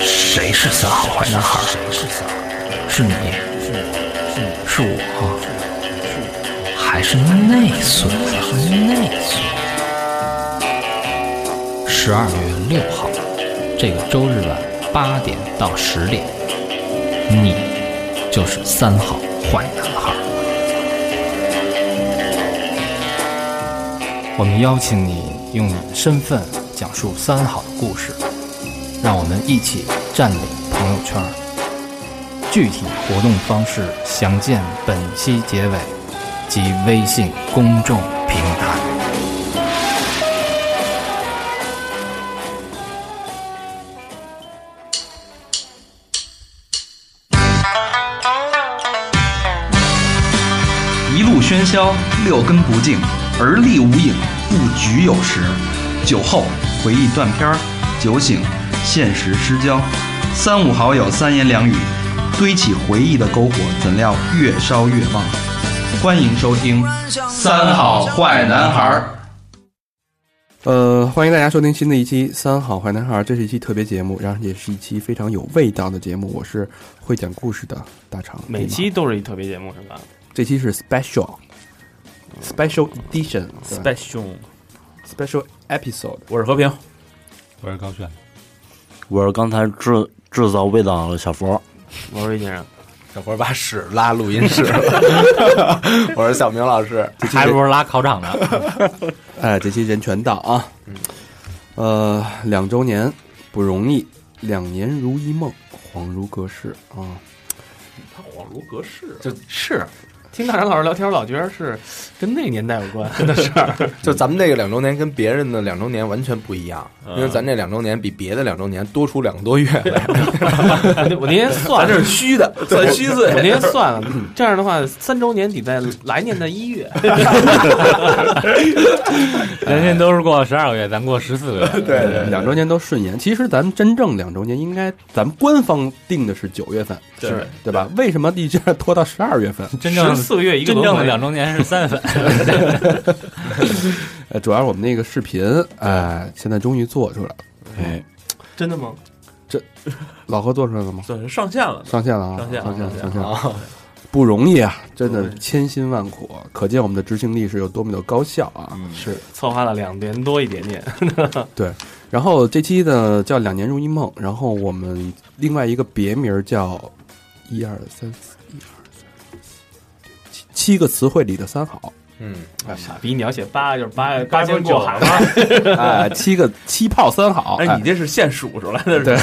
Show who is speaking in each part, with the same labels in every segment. Speaker 1: 是三好坏男孩？是你，是我，还是那孙子？那孙。十二月六号，这个周日晚八点到十点，你就是三好坏男孩。
Speaker 2: 我们邀请你用你的身份讲述三好的故事，让我们一起占领朋友圈。具体活动方式详见本期结尾及微信公众平台。
Speaker 3: 一路喧嚣，六根不净。而立无影，不局有时。酒后回忆断片儿，酒醒现实失焦。三五好友三言两语，堆起回忆的篝火，怎料越烧越旺。欢迎收听《三好坏男孩儿》。
Speaker 4: 呃，欢迎大家收听新的一期《三好坏男孩儿》，这是一期特别节目，然后也是一期非常有味道的节目。我是会讲故事的大长，
Speaker 5: 每期都是一特别节目是吧？
Speaker 4: 这期是 special。Special Edition、
Speaker 5: Special、
Speaker 4: Special Episode，
Speaker 5: 我是和平，
Speaker 6: 我是高炫，
Speaker 7: 我是刚才制制造味道的小佛，
Speaker 5: 我是魏先生，
Speaker 8: 小佛把屎拉录音室了，我是小明老师，
Speaker 7: 还不如拉考场呢。
Speaker 4: 哎，这期人全到啊，呃，两周年不容易，两年如一梦，恍如隔世啊。
Speaker 5: 他恍如隔世，。
Speaker 8: 就是
Speaker 5: 听大长老师聊天，我老觉得是跟那年代有 关的事儿。
Speaker 8: 就咱们这个两周年跟别人的两周年完全不一样，因为咱这两周年比别的两周年多出两个多月。
Speaker 5: 我那天算，
Speaker 8: 这是虚的，
Speaker 5: 算
Speaker 8: 虚岁。
Speaker 5: 我那天算 了，这样的话，三周年得在来年的一 月。
Speaker 7: 人家都是过十二个月，咱过十四 个月。
Speaker 8: 对,对,对，
Speaker 4: 两周年都顺延。其实咱们真正两周年应该，咱们官方定的是九月份，
Speaker 5: 是
Speaker 4: 对吧？为什么一直拖到十二月份？
Speaker 7: 真正。
Speaker 5: 四个月一个
Speaker 7: 真正的两周年是 三粉，
Speaker 4: 呃，主要是我们那个视频，哎、呃，现在终于做出来了。哎，
Speaker 5: 真的吗？
Speaker 4: 这老何做出来了吗？
Speaker 5: 对，上线了，
Speaker 4: 上线了啊！
Speaker 5: 上线，
Speaker 4: 上
Speaker 5: 线，哦
Speaker 4: 上线了，不容易啊！真的千辛万苦，可见我们的执行力是有多么的高效啊！
Speaker 5: 嗯、是策划了两年多一点点，
Speaker 4: 对。然后这期呢叫“两年如一梦”，然后我们另外一个别名叫“一二三四”。七个词汇里的三 好，
Speaker 5: 嗯，傻逼，你要写八就是八八千过海
Speaker 4: 吗？哎，七个七炮三好，
Speaker 5: 啊哎，你这是现数出来的，
Speaker 4: 对，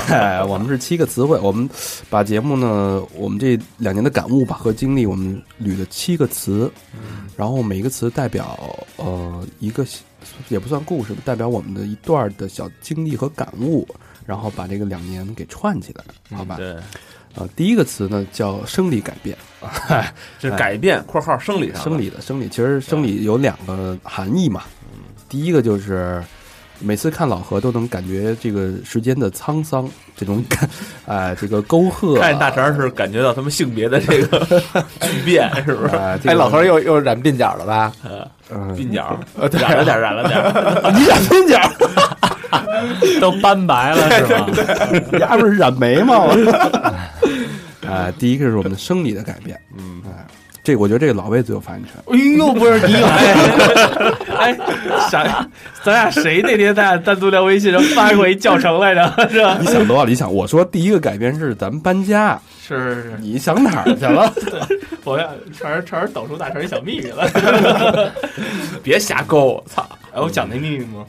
Speaker 4: 我们是七个词汇，我们把节目呢，我们这两年的感悟吧和经历，我们捋了七个词，然后每一个词代表呃一个也不算故事，代表我们的一段的小经历和感悟，然后把这个两年给串起来，好吧？
Speaker 5: 嗯对。
Speaker 4: 啊，第一个词呢叫生理改变， 哎
Speaker 5: 这是改变（括号生理上）
Speaker 4: 生理的生理，其实生理有两个含义嘛。
Speaker 5: 嗯
Speaker 4: 第一个就是每次看老何都能感觉这个时间的沧桑，这种感， 哎，这个沟壑。
Speaker 5: 看大肠是感觉到他们性别的这 个巨变，是不是？
Speaker 8: 哎，老何又又染鬓角了吧？
Speaker 5: 鬓角，
Speaker 8: 染
Speaker 5: 了点，染了 点。
Speaker 4: 你染鬓角？
Speaker 7: 都斑白了是吗？
Speaker 4: 你还不是染眉毛？ 啊、呃，第一个是我们的生理的改变，嗯，哎、呃，这我觉得这个老魏最有发言权。
Speaker 5: 哎呦，不是你 有哎，啥、哎？咱俩谁那天咱俩单独聊微信上发过一教程来着？是吧？
Speaker 4: 你想多少？你想，我说第一个改变是咱们搬家，
Speaker 5: 是是是，
Speaker 4: 你想哪儿去了？
Speaker 5: 我俩传人传人抖出大成一小秘密了，别瞎勾！操！哎，我讲那秘密吗？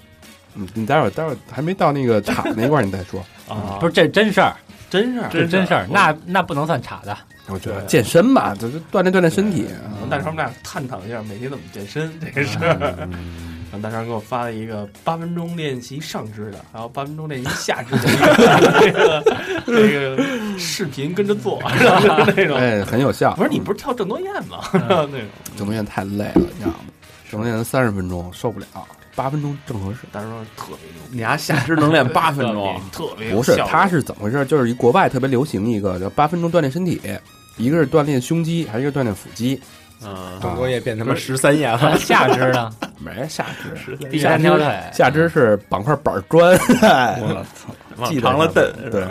Speaker 4: 嗯，你待会儿待会儿还没到那个厂那块儿，你再说
Speaker 5: 啊。
Speaker 7: 不是，这真事儿。
Speaker 5: 真事儿，
Speaker 7: 这真事儿，那那不能算差的。
Speaker 4: 我觉得健身吧，就是锻炼锻炼身体。
Speaker 5: 让大长我们俩探讨一下每天怎么健身这个事儿。让大长给我发了一个八分钟练习上肢的，还有八分钟练习下肢的这个这个视频跟着做，那种
Speaker 4: 哎很有效。嗯
Speaker 5: 不是你不是跳郑多燕吗？ 那种
Speaker 4: 郑多燕太累了，你知道吗？郑多燕三十分钟受不了。八分钟正合适，
Speaker 5: 但是特别牛。
Speaker 8: 你丫下肢能练八分钟，
Speaker 5: 特别
Speaker 4: 不是？他是怎么回事？就是一国外特别流行一个叫八分钟锻炼身体，一个是锻炼胸肌，还有一个锻炼腹肌。
Speaker 5: 嗯，
Speaker 8: 中国也变他妈十三爷了。
Speaker 7: 下肢呢？
Speaker 4: 啊没下肢，
Speaker 7: 第三条腿。
Speaker 4: 下肢是绑块板砖。
Speaker 5: 我操，记长了蹬。
Speaker 4: 对，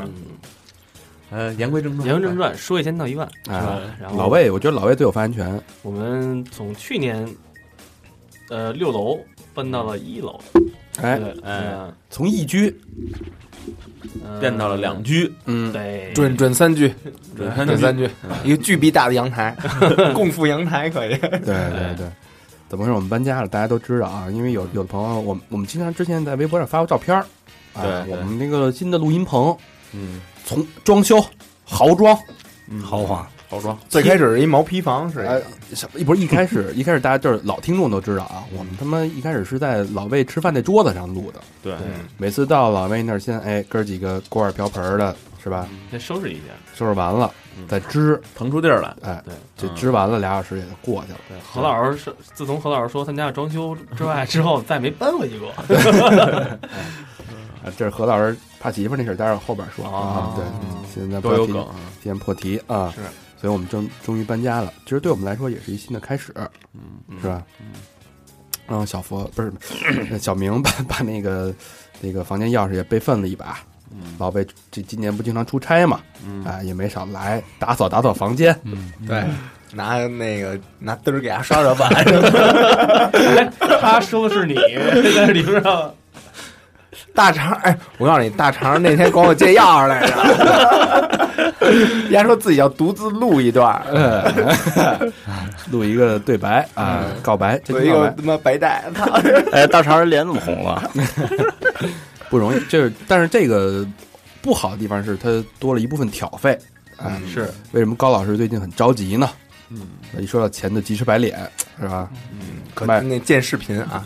Speaker 7: 呃，言归正传，
Speaker 5: 言归正传，说一千道一万，是吧
Speaker 4: 嗯哎？
Speaker 5: 然后
Speaker 4: 老魏，我觉得老魏最有发言权。
Speaker 5: 我们从去年，呃，六楼搬到了一楼，
Speaker 4: 哎，
Speaker 5: 对，嗯
Speaker 4: 从一居，
Speaker 5: 呃
Speaker 7: 变到了两居，
Speaker 4: 嗯，
Speaker 5: 对，
Speaker 8: 准准三句，
Speaker 7: 准三
Speaker 8: 准三句，一个巨逼大的阳 台，共赴阳台可以。
Speaker 4: 对对对，怎么回事？我们搬家了，大家都知道啊，因为有有的朋友，我们我们经常之前在微博上发过照片儿，啊
Speaker 7: 对，对
Speaker 4: 我们那个新的录音棚，
Speaker 7: 嗯，
Speaker 4: 从装修豪装，
Speaker 3: 豪华，
Speaker 7: 包装
Speaker 8: 最开始是一毛坯房是一
Speaker 4: 哎
Speaker 8: 个，
Speaker 4: 什么不是一开始一开始大家就是老听众都知道啊，我们他妈一开始是在老魏吃饭那桌子上录的，
Speaker 7: 对，
Speaker 4: 每次到老魏那儿先哎哥儿几个锅碗瓢盆儿的是吧，
Speaker 5: 再收拾一下。
Speaker 4: 收拾完了
Speaker 7: 嗯
Speaker 4: 再支，
Speaker 7: 腾出地儿来，
Speaker 4: 哎
Speaker 5: 对，
Speaker 4: 这
Speaker 7: 嗯
Speaker 4: 支完了俩小时也就过去了，
Speaker 5: 对，何老师是自从何老师说他们家要装修之外，之后再没搬回去 过。
Speaker 4: 啊，这是何老师怕媳妇儿那事儿，待会儿后边说啊
Speaker 5: 哦。
Speaker 4: 对，现在
Speaker 7: 嗯都有
Speaker 4: 不
Speaker 7: 梗
Speaker 4: 要提，
Speaker 7: 啊，
Speaker 4: 先破题啊。
Speaker 5: 是，
Speaker 4: 所以我们终终于搬家了。其实对我们来说也是一新的开始，
Speaker 7: 嗯，
Speaker 4: 是吧？然后小佛不是 小明把把那个那个房间钥匙也备份了一把。
Speaker 7: 嗯
Speaker 4: 老魏这今年不经常出差嘛，
Speaker 7: 嗯
Speaker 4: 啊也没少来打扫打扫房间。
Speaker 8: 对，拿那个拿嘚儿给它刷刷板，
Speaker 5: 他说的是 你，但是你不知道，
Speaker 8: 大肠，哎，我告诉你，大肠那天管我借钥匙来着， 人家说自己要独自录一段儿，
Speaker 4: 录一个对白啊，
Speaker 7: 嗯
Speaker 4: 告白，这
Speaker 8: 有
Speaker 4: 就
Speaker 8: 一
Speaker 4: 告
Speaker 8: 个
Speaker 4: 白
Speaker 8: 他妈白带，操！
Speaker 3: 哎，大肠人脸怎么红了？
Speaker 4: 不容易。就是但是这个不好的地方是它多了一部分挑费。啊，
Speaker 5: 是
Speaker 4: 为什么高老师最近很着急呢？呃
Speaker 7: 嗯，
Speaker 4: 一说到钱就急赤白脸，是吧？
Speaker 8: 可
Speaker 4: 卖
Speaker 8: 那见视频 啊，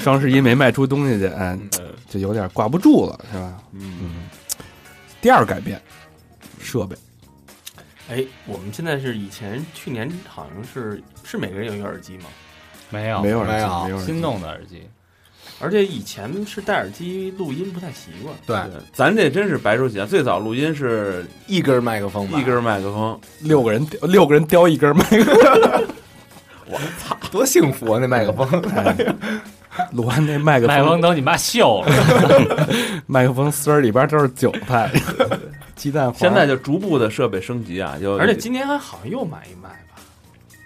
Speaker 4: 双十一没卖出东西去，哎，就有点挂不住了，是吧？
Speaker 7: 嗯，
Speaker 4: 第二改变，设备，
Speaker 5: 哎，我们现在是以前去年好像是是每个人有一个耳机嘛，
Speaker 9: 没有
Speaker 4: 没有耳
Speaker 8: 没
Speaker 4: 机，
Speaker 8: 有
Speaker 4: 没有耳
Speaker 9: 新
Speaker 4: 机，
Speaker 9: 弄的耳机，
Speaker 5: 而且以前是戴耳机录音不太习惯。
Speaker 8: 对，
Speaker 7: 咱这真是白手起家，最早录音是
Speaker 8: 一根麦克风吧，
Speaker 7: 一根麦克风，
Speaker 4: 六个人六个人叼一根麦克风，
Speaker 8: 多幸福啊！那麦克
Speaker 4: 嗯
Speaker 8: 风，
Speaker 4: 鲁安那麦克
Speaker 9: 嗯麦克
Speaker 4: 风
Speaker 9: 风都你妈 锈了，
Speaker 4: 麦克风丝儿里边都是韭菜，鸡蛋黄。
Speaker 7: 现在就逐步的设备升级啊，就
Speaker 5: 而且今年还好像又买一麦吧，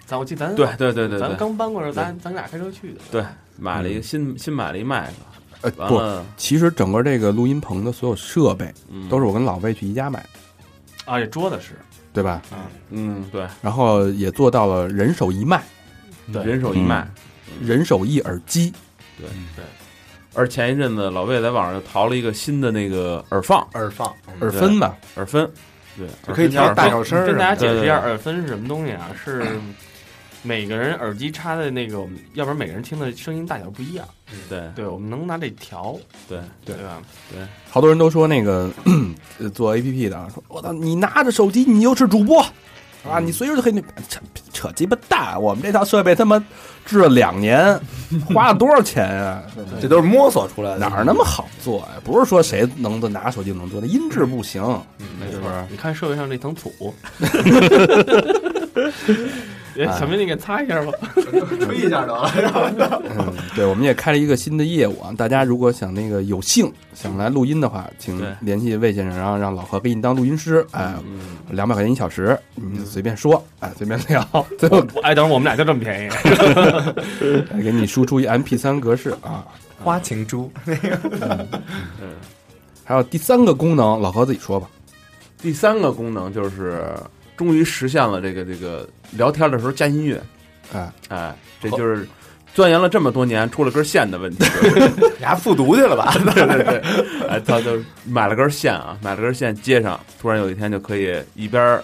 Speaker 5: 咱我记得咱
Speaker 7: 对对对对
Speaker 5: 咱
Speaker 7: 对，
Speaker 5: 刚搬过来，咱咱俩开车去的。
Speaker 7: 对买了一个新新买了一麦克，
Speaker 4: 呃
Speaker 7: 完
Speaker 4: 不，
Speaker 7: 了，
Speaker 4: 其实整个这个录音棚的所有设备
Speaker 7: 嗯，
Speaker 4: 都是我跟老魏去宜家买的，
Speaker 5: 啊，这桌子是
Speaker 4: 对吧？
Speaker 7: 嗯，对，
Speaker 4: 然后也做到了人手一麦，
Speaker 7: 人手一麦。
Speaker 4: 人手一耳机，
Speaker 7: 嗯而前一阵子老魏在网上淘了一个新的那个耳放
Speaker 8: 耳放，嗯
Speaker 4: 耳分吧，
Speaker 7: 耳分，对，
Speaker 8: 就 可以调大小声儿
Speaker 5: 跟大家解释一下
Speaker 7: 对对对
Speaker 5: 耳分是什么东西 啊？是每个人耳机插在那个，要不然每个人听的声音大小不一样。
Speaker 7: 对
Speaker 5: 对，我们能拿这调，
Speaker 7: 对
Speaker 5: 对吧？
Speaker 4: 好多人都说那个 呃做 A P P 的啊，说我操，你拿着手机，你就是主播啊，
Speaker 7: 嗯
Speaker 4: 你随时就可以那扯扯鸡巴蛋，我们这套设备他妈制了两年，花了多少钱 啊？
Speaker 8: 这都是摸索出来的，
Speaker 4: 哪儿那么好做呀、不是说谁能做拿手机就能做，那音质不行，
Speaker 5: 没
Speaker 4: 是
Speaker 5: 错
Speaker 4: 不
Speaker 7: 嗯
Speaker 4: 是？
Speaker 5: 你看社会上那层 土。哎小明，你给擦一下吧。
Speaker 8: 吹一下得了？
Speaker 4: 嗯，对，我们也开了一个新的业务啊，大家如果想那个有幸想来录音的话，请
Speaker 7: 对
Speaker 4: 联系魏先生，然后让老何给你当录音师，哎，两百块钱一小时，你随便说，哎，随便聊，最 后
Speaker 5: 哎，等会儿我们俩就这么便宜。
Speaker 4: 给你输出一 MP 三格式啊。
Speaker 8: 花情珠，
Speaker 4: 还有第三个功能，老何自己说吧。
Speaker 7: 第三个功能就是终于实现了这个这个聊天的时候加音乐，
Speaker 4: 哎，
Speaker 7: 哎，这就是钻研了这么多年出了根线的问题，
Speaker 8: 俩复读去了吧？
Speaker 7: 对对对，哎，他就买了根线啊，买了根线接上，突然有一天就可以一边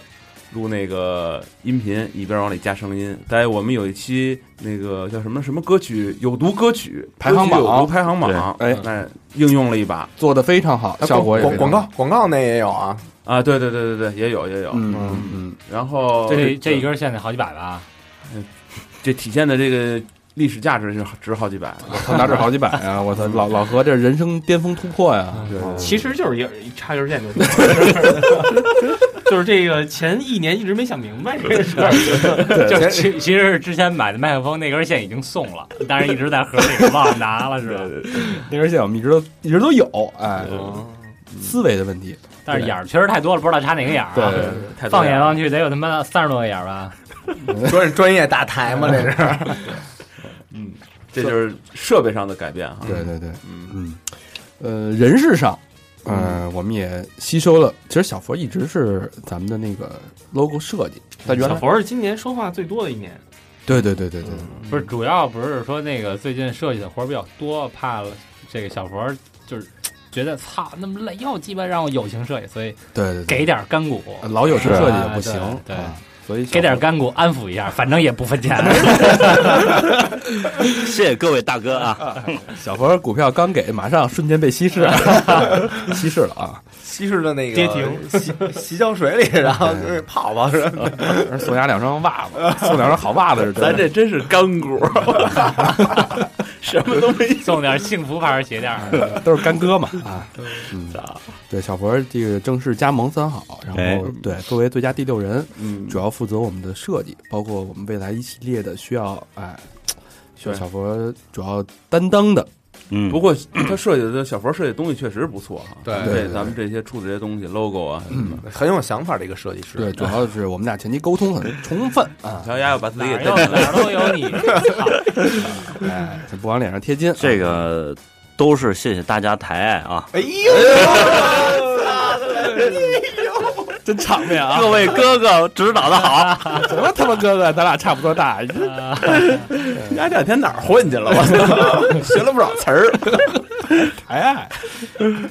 Speaker 7: 录那个音频，一边往里加声音。在我们有一期那个叫什么什么歌曲有毒歌曲
Speaker 4: 排行榜
Speaker 7: 歌曲有毒排行榜，
Speaker 4: 对哎
Speaker 7: 那应用了一把
Speaker 4: 做的非常好， 效果也
Speaker 8: 广
Speaker 4: 非常
Speaker 8: 广
Speaker 4: 好
Speaker 8: 告广告那也有 啊，
Speaker 7: 啊，对对对对对，也有也有，
Speaker 4: 嗯嗯嗯，
Speaker 7: 然后
Speaker 9: 这这一根线得好几百吧？
Speaker 7: 这体现的这个历史价值是值好几百，
Speaker 4: 我操，哪儿好几百啊！我操，老老何这人生巅峰突破呀！
Speaker 7: 嗯
Speaker 5: 其实就是一一插根线 就行，就是这个前一年一直没想明白这个事儿。
Speaker 9: 就是其其实是之前买的麦克风那根线已经送了，但是一直在盒里忘了拿了，是吧？
Speaker 4: 那根线我们一直都一直都有，哎，思维的问题。
Speaker 9: 但是眼儿确实太多了，不知道插哪个眼儿、啊。
Speaker 8: 对对
Speaker 6: 太多
Speaker 9: 放眼
Speaker 6: 了
Speaker 9: 望去得有他妈三十多个眼儿吧？
Speaker 8: 说是专业打台嘛，这 是。
Speaker 6: 这就是设备上的改变
Speaker 7: 啊
Speaker 6: 哈。
Speaker 4: 对对对，
Speaker 6: 嗯，
Speaker 4: 嗯，呃，人事上，呃，我们也吸收了。其实小佛一直是咱们的那个 logo 设计，他原
Speaker 5: 小
Speaker 4: 来
Speaker 5: 佛是今年说话最多的一年，
Speaker 4: 对对对对对，
Speaker 9: 不是，主要不是说那个最近设计的活儿比较多，怕这个小佛儿就是觉得操那么累，又鸡巴让我友情设计，所以
Speaker 4: 对对对，
Speaker 9: 给点儿干股，
Speaker 4: 老有情设计也不行
Speaker 9: 啊，对对
Speaker 4: 啊所以小
Speaker 9: 给点儿
Speaker 4: 佛
Speaker 9: 干股安抚一 下，反正也不分钱。
Speaker 7: 谢谢各位大哥啊！
Speaker 4: 小佛股票刚给，马上瞬间被稀释，稀释了 啊！
Speaker 8: 稀释的那个
Speaker 5: 跌停
Speaker 8: 洗洗脚水里，然后就是泡泡是吧？
Speaker 4: 送家两双袜 子，送两双好袜子是真
Speaker 6: 咱
Speaker 4: 的。
Speaker 6: 这真是干股，什么都没
Speaker 9: 送点儿幸福牌儿鞋垫儿，
Speaker 4: 都是干哥嘛 啊！嗯，对，小佛这个正式加盟三好，然
Speaker 7: 哎
Speaker 4: 后对作为最佳第六人，
Speaker 6: 嗯
Speaker 4: 主要负责我们的设计，包括我们未来一系列的需要，哎，需要
Speaker 6: 对
Speaker 4: 小佛主要担当的，
Speaker 7: 嗯，
Speaker 6: 不过他设计的小佛设计的东西确实不错哈。
Speaker 8: 对
Speaker 4: 对
Speaker 6: 这
Speaker 4: 对
Speaker 6: 咱们这些出的这些东西，logo 啊什么的，
Speaker 8: 嗯很有想法的一个设计师。
Speaker 4: 对，主要是我们俩前期沟通很充分啊，
Speaker 6: 小丫要把自
Speaker 9: 哪
Speaker 6: 己给
Speaker 9: 儿都
Speaker 6: 蹬起
Speaker 9: 哪
Speaker 6: 来。
Speaker 9: 儿都 有你。操
Speaker 4: 哎，这不往脸上贴金。
Speaker 7: 这个都是谢谢大家抬爱啊！
Speaker 8: 哎呦，
Speaker 6: 哎
Speaker 4: 真场面啊！
Speaker 7: 各位哥哥指导的好，
Speaker 4: 什么他妈哥哥，咱俩差不多大，
Speaker 8: 哎
Speaker 6: 丫这两天哪儿混去了？我
Speaker 8: 学了不少词 儿。
Speaker 4: 抬爱，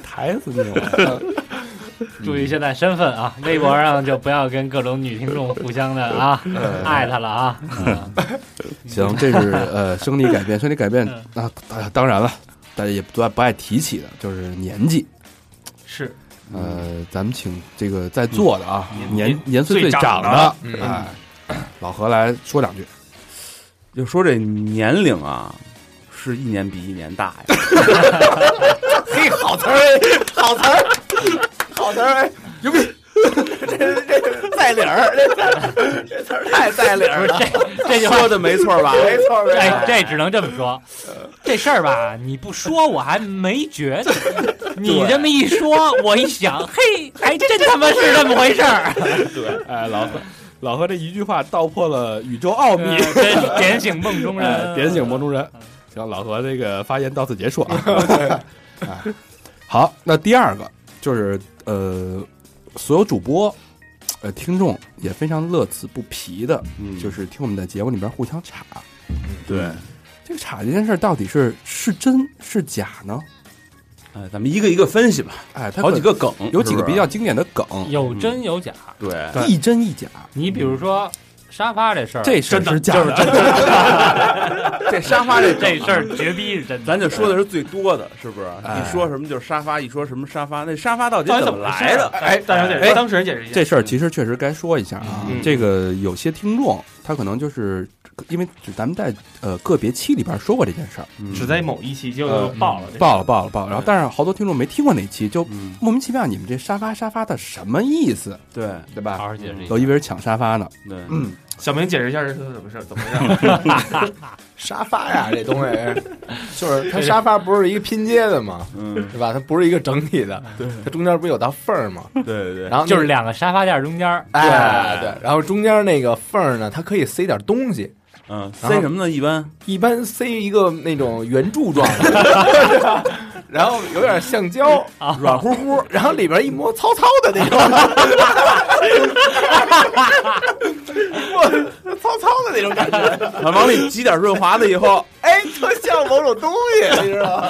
Speaker 4: 抬死你了！
Speaker 9: 注意现在身份啊，微博上就不要跟各种女听众互相的啊艾特了啊。嗯
Speaker 4: 行，这是呃生理改变，生理改变啊，啊当然了，大家也不爱不爱提起的，就是年纪。
Speaker 5: 是
Speaker 4: 呃，咱们请这个在座的啊，年年岁
Speaker 5: 最
Speaker 4: 长
Speaker 5: 长
Speaker 4: 的
Speaker 5: 的，
Speaker 4: 哎，老何来说两句。
Speaker 6: 就说这年龄啊， 是一年比一年大呀。
Speaker 8: 嘿，好词儿，好词儿，好词儿，牛逼！这这在理儿，这这词儿太在理儿
Speaker 9: 不是
Speaker 8: 了。
Speaker 9: 这这句话
Speaker 6: 说的没错吧？
Speaker 8: 没错，没
Speaker 9: 哎，
Speaker 8: 错。
Speaker 9: 这只能这么说。这事儿吧，你不说我还没觉得，你这么一说，我一想，嘿，还真他妈是这么回事儿。
Speaker 4: 哎，老何，老何这一句话道破了宇宙奥
Speaker 9: 呃真点醒梦中人，
Speaker 4: 哎点醒梦中人。行，老何这个发言到此结束啊。 哎好，那第二个就是呃，所有主播、呃听众也非常乐此不疲的，
Speaker 6: 嗯
Speaker 4: 就是听我们在节目里边互相插。嗯
Speaker 6: 对。
Speaker 4: 这个插这件事儿到底是是真是假呢？
Speaker 6: 哎，咱们一个一个分析吧，
Speaker 4: 哎，它可
Speaker 6: 好几个梗，
Speaker 4: 有几
Speaker 6: 是哎
Speaker 4: 个
Speaker 6: 不是
Speaker 4: 比较经典的梗，
Speaker 9: 嗯有真有假。
Speaker 6: 对。
Speaker 4: 一真一假。
Speaker 9: 你比如说沙发这事
Speaker 6: 哎
Speaker 9: 儿，
Speaker 4: 这事儿是假的，
Speaker 9: 这沙发这这事儿绝逼是真的。
Speaker 6: 咱就说的是最多的，是不是？
Speaker 4: 哎
Speaker 6: 一说什么就是沙发，一说什么沙发，那沙发到底
Speaker 5: 到底
Speaker 6: 怎
Speaker 5: 怎么回事
Speaker 6: 来的？
Speaker 5: 哎，大小姐，
Speaker 4: 哎
Speaker 5: 当事人解释一下
Speaker 4: 这事儿其实确实该说一下啊。
Speaker 5: 嗯
Speaker 4: 这个有些听众他可能就是呃因为咱们在呃个别期里边说过这件事儿，
Speaker 6: 嗯
Speaker 5: 只在某一期就爆了，
Speaker 4: 爆了爆了爆了。然后但是好多听众没听过那期，就
Speaker 6: 嗯，
Speaker 4: 莫名其妙你们这沙发沙发的什么意思，
Speaker 6: 对
Speaker 4: 对
Speaker 9: 好
Speaker 4: 吧？
Speaker 9: 好解释一下
Speaker 4: 有一为是抢沙发呢，
Speaker 6: 对，
Speaker 4: 嗯，
Speaker 5: 小明解释一下这是怎么事，怎么样？
Speaker 8: 沙发呀，这东西 就是它沙发不是一个拼接的嘛，
Speaker 6: 嗯，
Speaker 8: 是吧？它不是一个整体的，它中间不是有道缝儿嘛？
Speaker 6: 对对对，
Speaker 8: 然后那
Speaker 9: 就是两个沙发垫中间儿，
Speaker 8: 哎对，然后中间那个缝儿呢，它可以塞点东西，
Speaker 6: 嗯，
Speaker 8: 然后
Speaker 6: 塞什么呢？一般
Speaker 8: 一般塞一个那种圆柱状的， 然后有点橡胶，
Speaker 6: 啊
Speaker 8: 软乎乎，然后里边一摸糙糙的 那种， 我糙糙的那种感觉，
Speaker 6: 啊往里挤点润滑的以后，
Speaker 8: 哎，特像某种东 西，你知道吗？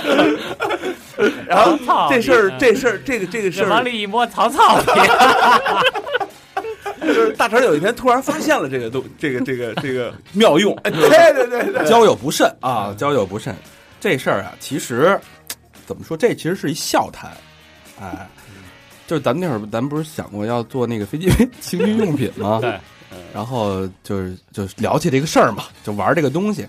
Speaker 9: 然后操
Speaker 6: 这事儿
Speaker 9: 你
Speaker 6: 这事儿这个这个事
Speaker 9: 这往
Speaker 6: 儿，
Speaker 9: 里一摸，曹操你
Speaker 6: 就是大成有一天突然发现了这个东这个这个这个妙用，哎
Speaker 8: 对对对对，
Speaker 4: 交友不慎啊，交友不慎，这事儿啊，其实怎么说，这其实是一笑谈，哎，就是咱们那会儿，咱们不是想过要做那个飞机 情趣用品吗？
Speaker 9: 对。
Speaker 4: 然后就是就是聊起这个事儿嘛，就玩这个东西。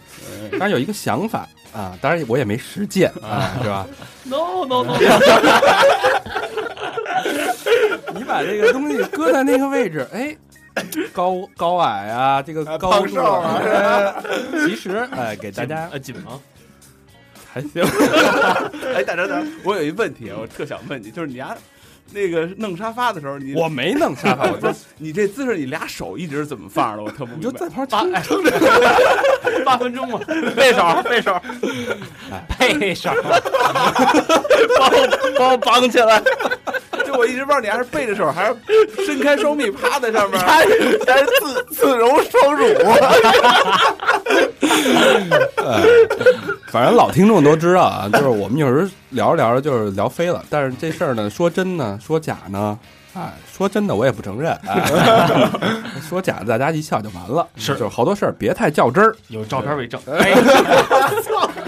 Speaker 4: 当然有一个想法啊，当然我也没实践啊，是吧？
Speaker 5: No No No，
Speaker 4: 你把这个东西搁在那个位置，哎，高高矮啊，这个高
Speaker 8: 胖瘦啊
Speaker 4: 度啊，哎其实哎，给大家
Speaker 5: 呃紧吗？
Speaker 4: 还行。
Speaker 6: 啊哎，大成大成，我有一问题，我特想问你，就是你丫那个弄沙发的时候，你
Speaker 4: 我没弄沙发，我就
Speaker 6: 不是你这姿势，你俩手一直是怎么放着的？我特不
Speaker 4: 你
Speaker 6: 明
Speaker 4: 就在
Speaker 6: 白。
Speaker 4: 旁边听着。
Speaker 5: 八分 钟嘛，哎
Speaker 8: 背手背 手，
Speaker 9: 配上
Speaker 8: 帮我绑起来，
Speaker 6: 就我一直不知道你还是背着手，还是伸开双臂趴在上面。
Speaker 8: 还是还是自自揉双乳，
Speaker 4: 啊 哎反正老听众都知道啊，就是我们有时候聊着聊着就是聊飞了，但是这事儿呢，说真呢，说假呢，哎，说真的我也不承认，哎、 说假的大家一笑就完了，
Speaker 5: 是
Speaker 4: 就是好多事儿别太较真儿。
Speaker 5: 有照片为证。
Speaker 9: 哎，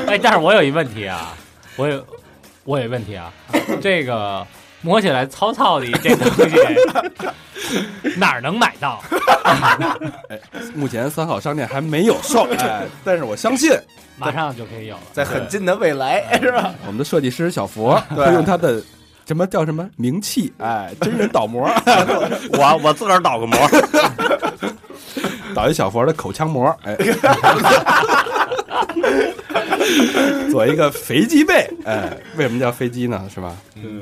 Speaker 9: 哎，但是我有一问题啊，我有我有一问题啊，这个摸起来糙糙的这 东西哪儿能买 到？
Speaker 4: 目前三好商店还没有售，哎， 但是我相信
Speaker 9: 马上就可以有了。
Speaker 8: 在很近的未
Speaker 6: 哎
Speaker 8: 来是吧？
Speaker 4: 我们的设计师小佛会用他的什么叫什么名气，哎，真人导模，
Speaker 7: 我我自个儿倒个模，
Speaker 4: 导一小佛的口腔膜，哎， 做一个肥鸡背，哎，为什么叫肥鸡呢？是吧？嗯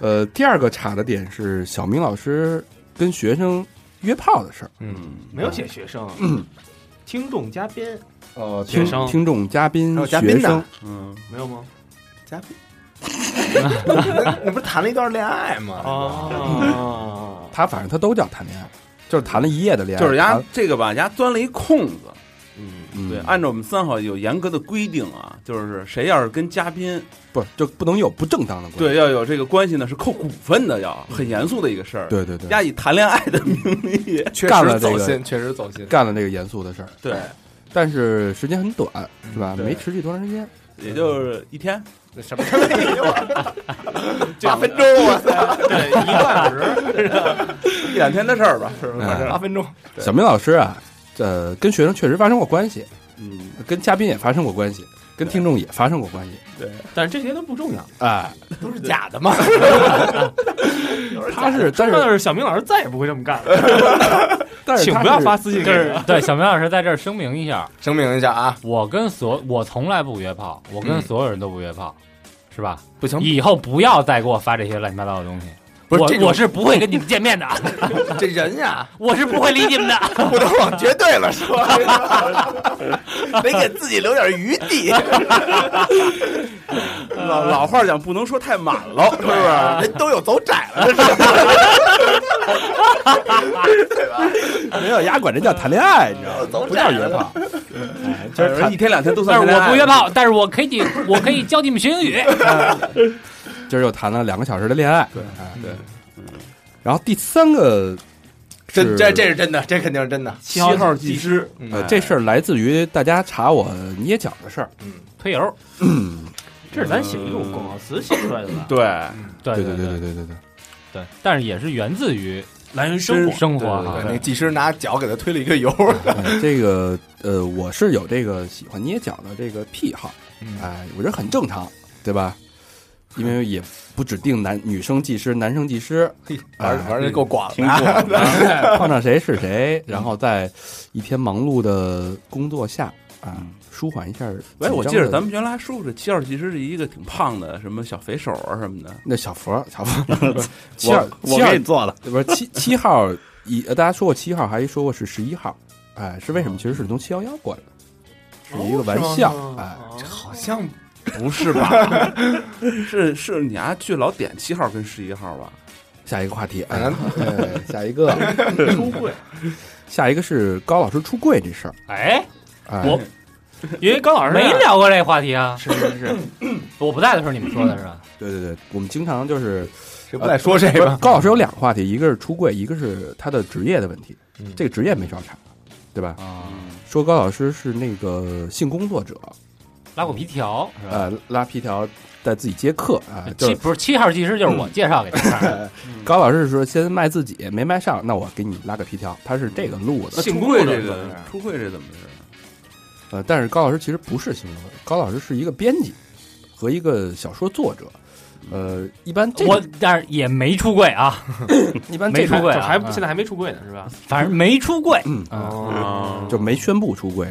Speaker 4: 呃，第二个差的点是小明老师跟学生约炮的事儿，
Speaker 5: 没有写学生， 听众嘉宾
Speaker 4: 呃，
Speaker 5: 学
Speaker 4: 听
Speaker 5: 生
Speaker 4: 听众嘉宾
Speaker 8: 还有嘉
Speaker 4: 学
Speaker 8: 宾呢
Speaker 4: 生，
Speaker 6: 嗯，
Speaker 5: 没有吗？
Speaker 8: 那那不是谈了一段恋爱吗？
Speaker 5: 哦，
Speaker 4: 他反正他都叫谈恋爱，就是谈了一夜的恋爱，
Speaker 6: 就是
Speaker 4: 谈
Speaker 6: 丫这个吧，丫钻了一空子。
Speaker 4: 嗯
Speaker 6: 对，按照我们三好有严格的规定啊，就是谁要是跟嘉宾
Speaker 4: 不是就不能有不正当的关系，
Speaker 6: 对要有这个关系呢，是扣股份的，要很严肃的一个事儿。，
Speaker 4: 对对对，
Speaker 6: 丫以谈恋爱的名 义，
Speaker 8: 确
Speaker 4: 干了
Speaker 8: 实
Speaker 4: 这
Speaker 8: 走
Speaker 4: 个
Speaker 8: 心，确实走心。
Speaker 4: 干了这个严肃的事儿，
Speaker 6: 对，
Speaker 4: 但是时间很短，是吧？
Speaker 6: 对
Speaker 4: 没持续多长时间，
Speaker 6: 也就是一天，
Speaker 8: 那什么时候啊八分钟，我操，
Speaker 5: 对，一个半小时，
Speaker 6: 一两天的事儿吧，是吧？
Speaker 4: 哎
Speaker 6: 反正
Speaker 8: 八分钟，
Speaker 4: 小明老师啊，呃，跟学生确实发生过关系，
Speaker 6: 嗯，
Speaker 4: 跟嘉宾也发生过关系，跟听众也发生过关系。
Speaker 5: 但是这些都不重要。
Speaker 4: 哎，
Speaker 8: 都是假的嘛。
Speaker 4: 他是，但
Speaker 5: 但
Speaker 4: 是
Speaker 5: 是小明老师再也不会这么干了，
Speaker 4: 但是
Speaker 5: 请
Speaker 4: 他
Speaker 5: 不要
Speaker 4: 是
Speaker 5: 发呃私信给
Speaker 9: 就是
Speaker 5: 我。
Speaker 9: 对小明老师在这儿声明一下，
Speaker 8: 声明一下啊，
Speaker 9: 我跟所我从来不约炮，我跟所有人都不约炮，是吧？
Speaker 8: 不行，
Speaker 9: 以后不要再给我发这些乱七八糟的东西。
Speaker 8: 不是这
Speaker 9: 我
Speaker 8: 种
Speaker 9: 我是不会跟你们见面的，
Speaker 8: 这人呀，
Speaker 9: 我是不会理你们 的。
Speaker 8: 不能往绝对了说， 得给自己留点余地，
Speaker 6: 老老话讲不能说太满了，是不是？
Speaker 4: 啊
Speaker 8: 人都有走窄 了的事儿。
Speaker 4: 没有丫管这叫谈恋爱，你知道吗？不叫约炮，
Speaker 6: 就是一天两天都
Speaker 9: 但
Speaker 6: 算
Speaker 9: 是
Speaker 6: 恋
Speaker 9: 我
Speaker 6: 爱
Speaker 9: 不约，炮，但是我可以，我可以教你们学英 语。
Speaker 4: 今儿又谈了两个小时的恋爱。啊对
Speaker 6: 对，
Speaker 4: 然后第三个
Speaker 8: 这
Speaker 4: 是
Speaker 8: 这这是真的，这肯定是真的。
Speaker 6: 七号技师，
Speaker 4: 呃这事儿来自于大家查我捏脚的事儿。
Speaker 9: 推油，
Speaker 5: 这是咱写一种广告词写出来的吧？
Speaker 6: 对，
Speaker 9: 对
Speaker 4: 对对
Speaker 9: 对
Speaker 4: 对
Speaker 9: 对
Speaker 4: 对对，
Speaker 9: 对，但是也是源自于
Speaker 5: 来源生活，
Speaker 9: 生活
Speaker 8: 对
Speaker 9: 哈。
Speaker 8: 那技师拿脚给他推了一个油，
Speaker 4: 嗯这个呃，我是有这个喜欢捏脚的这个癖好，哎，我觉得很正常，对吧？因为也不指定男女生技师、男生技师，哎
Speaker 8: 玩玩的够广的
Speaker 7: 听。过
Speaker 4: 碰上谁是谁，然后在一天忙碌的工作下啊，舒缓一下。
Speaker 6: 哎，我记得咱们原来还说过，这七号技师是一个挺胖的，什么小肥手啊什么的，
Speaker 4: 那小佛，小佛，七号
Speaker 7: 我，我
Speaker 4: 七号
Speaker 7: 给你做的，
Speaker 4: 不是七七号，一呃大家说过七号，还说过是十一号，哎，是为什么？其实是从七幺幺过来的，是一个玩笑，哎，
Speaker 8: 好像
Speaker 6: 不是吧？ 是是，你还去老点七号跟十一号吧？
Speaker 4: 下一个话题，哎
Speaker 8: 嗯，
Speaker 4: 哎下一个，
Speaker 5: 出柜，
Speaker 4: 下一个是高老师出柜这事儿，
Speaker 9: 哎，
Speaker 4: 哎，
Speaker 9: 我
Speaker 5: 因为高老师
Speaker 9: 没聊过这个话题啊，
Speaker 5: 是是 是，
Speaker 9: 我不在的时候你们说的是 吧？
Speaker 4: 对对对，我们经常 就是
Speaker 8: 谁不再说这
Speaker 5: 哎
Speaker 8: 个？
Speaker 4: 高老师有两个话题，一个是出柜，一个是他的职业的问题
Speaker 8: 嗯，
Speaker 4: 这个职业没少查，对吧？
Speaker 9: 啊，
Speaker 4: 说高老师是那个性工作者，
Speaker 9: 拉过皮条是吧？
Speaker 4: 呃，拉皮条带自己接客啊、
Speaker 5: 呃
Speaker 4: 就
Speaker 9: 七
Speaker 4: 是
Speaker 9: 不是七号技师就是我介绍给他 的，
Speaker 4: 高老师是说先卖自己，没卖上，那我给你拉个皮条，他是这个路子。
Speaker 6: 出柜这个出柜这怎么是？
Speaker 4: 呃，但是高老师其实不是性工作者，高老师是一个编辑和一个小说作者。呃，一般这
Speaker 9: 我
Speaker 4: 种
Speaker 9: 但是也没出柜啊，
Speaker 4: 一般
Speaker 9: 没
Speaker 4: 这
Speaker 9: 出
Speaker 4: 种
Speaker 9: 柜
Speaker 5: 就
Speaker 9: 啊，
Speaker 5: 还不现在还没出柜呢，是吧？
Speaker 9: 反正没出柜，
Speaker 4: 嗯
Speaker 5: 哦
Speaker 4: 就没宣布出柜，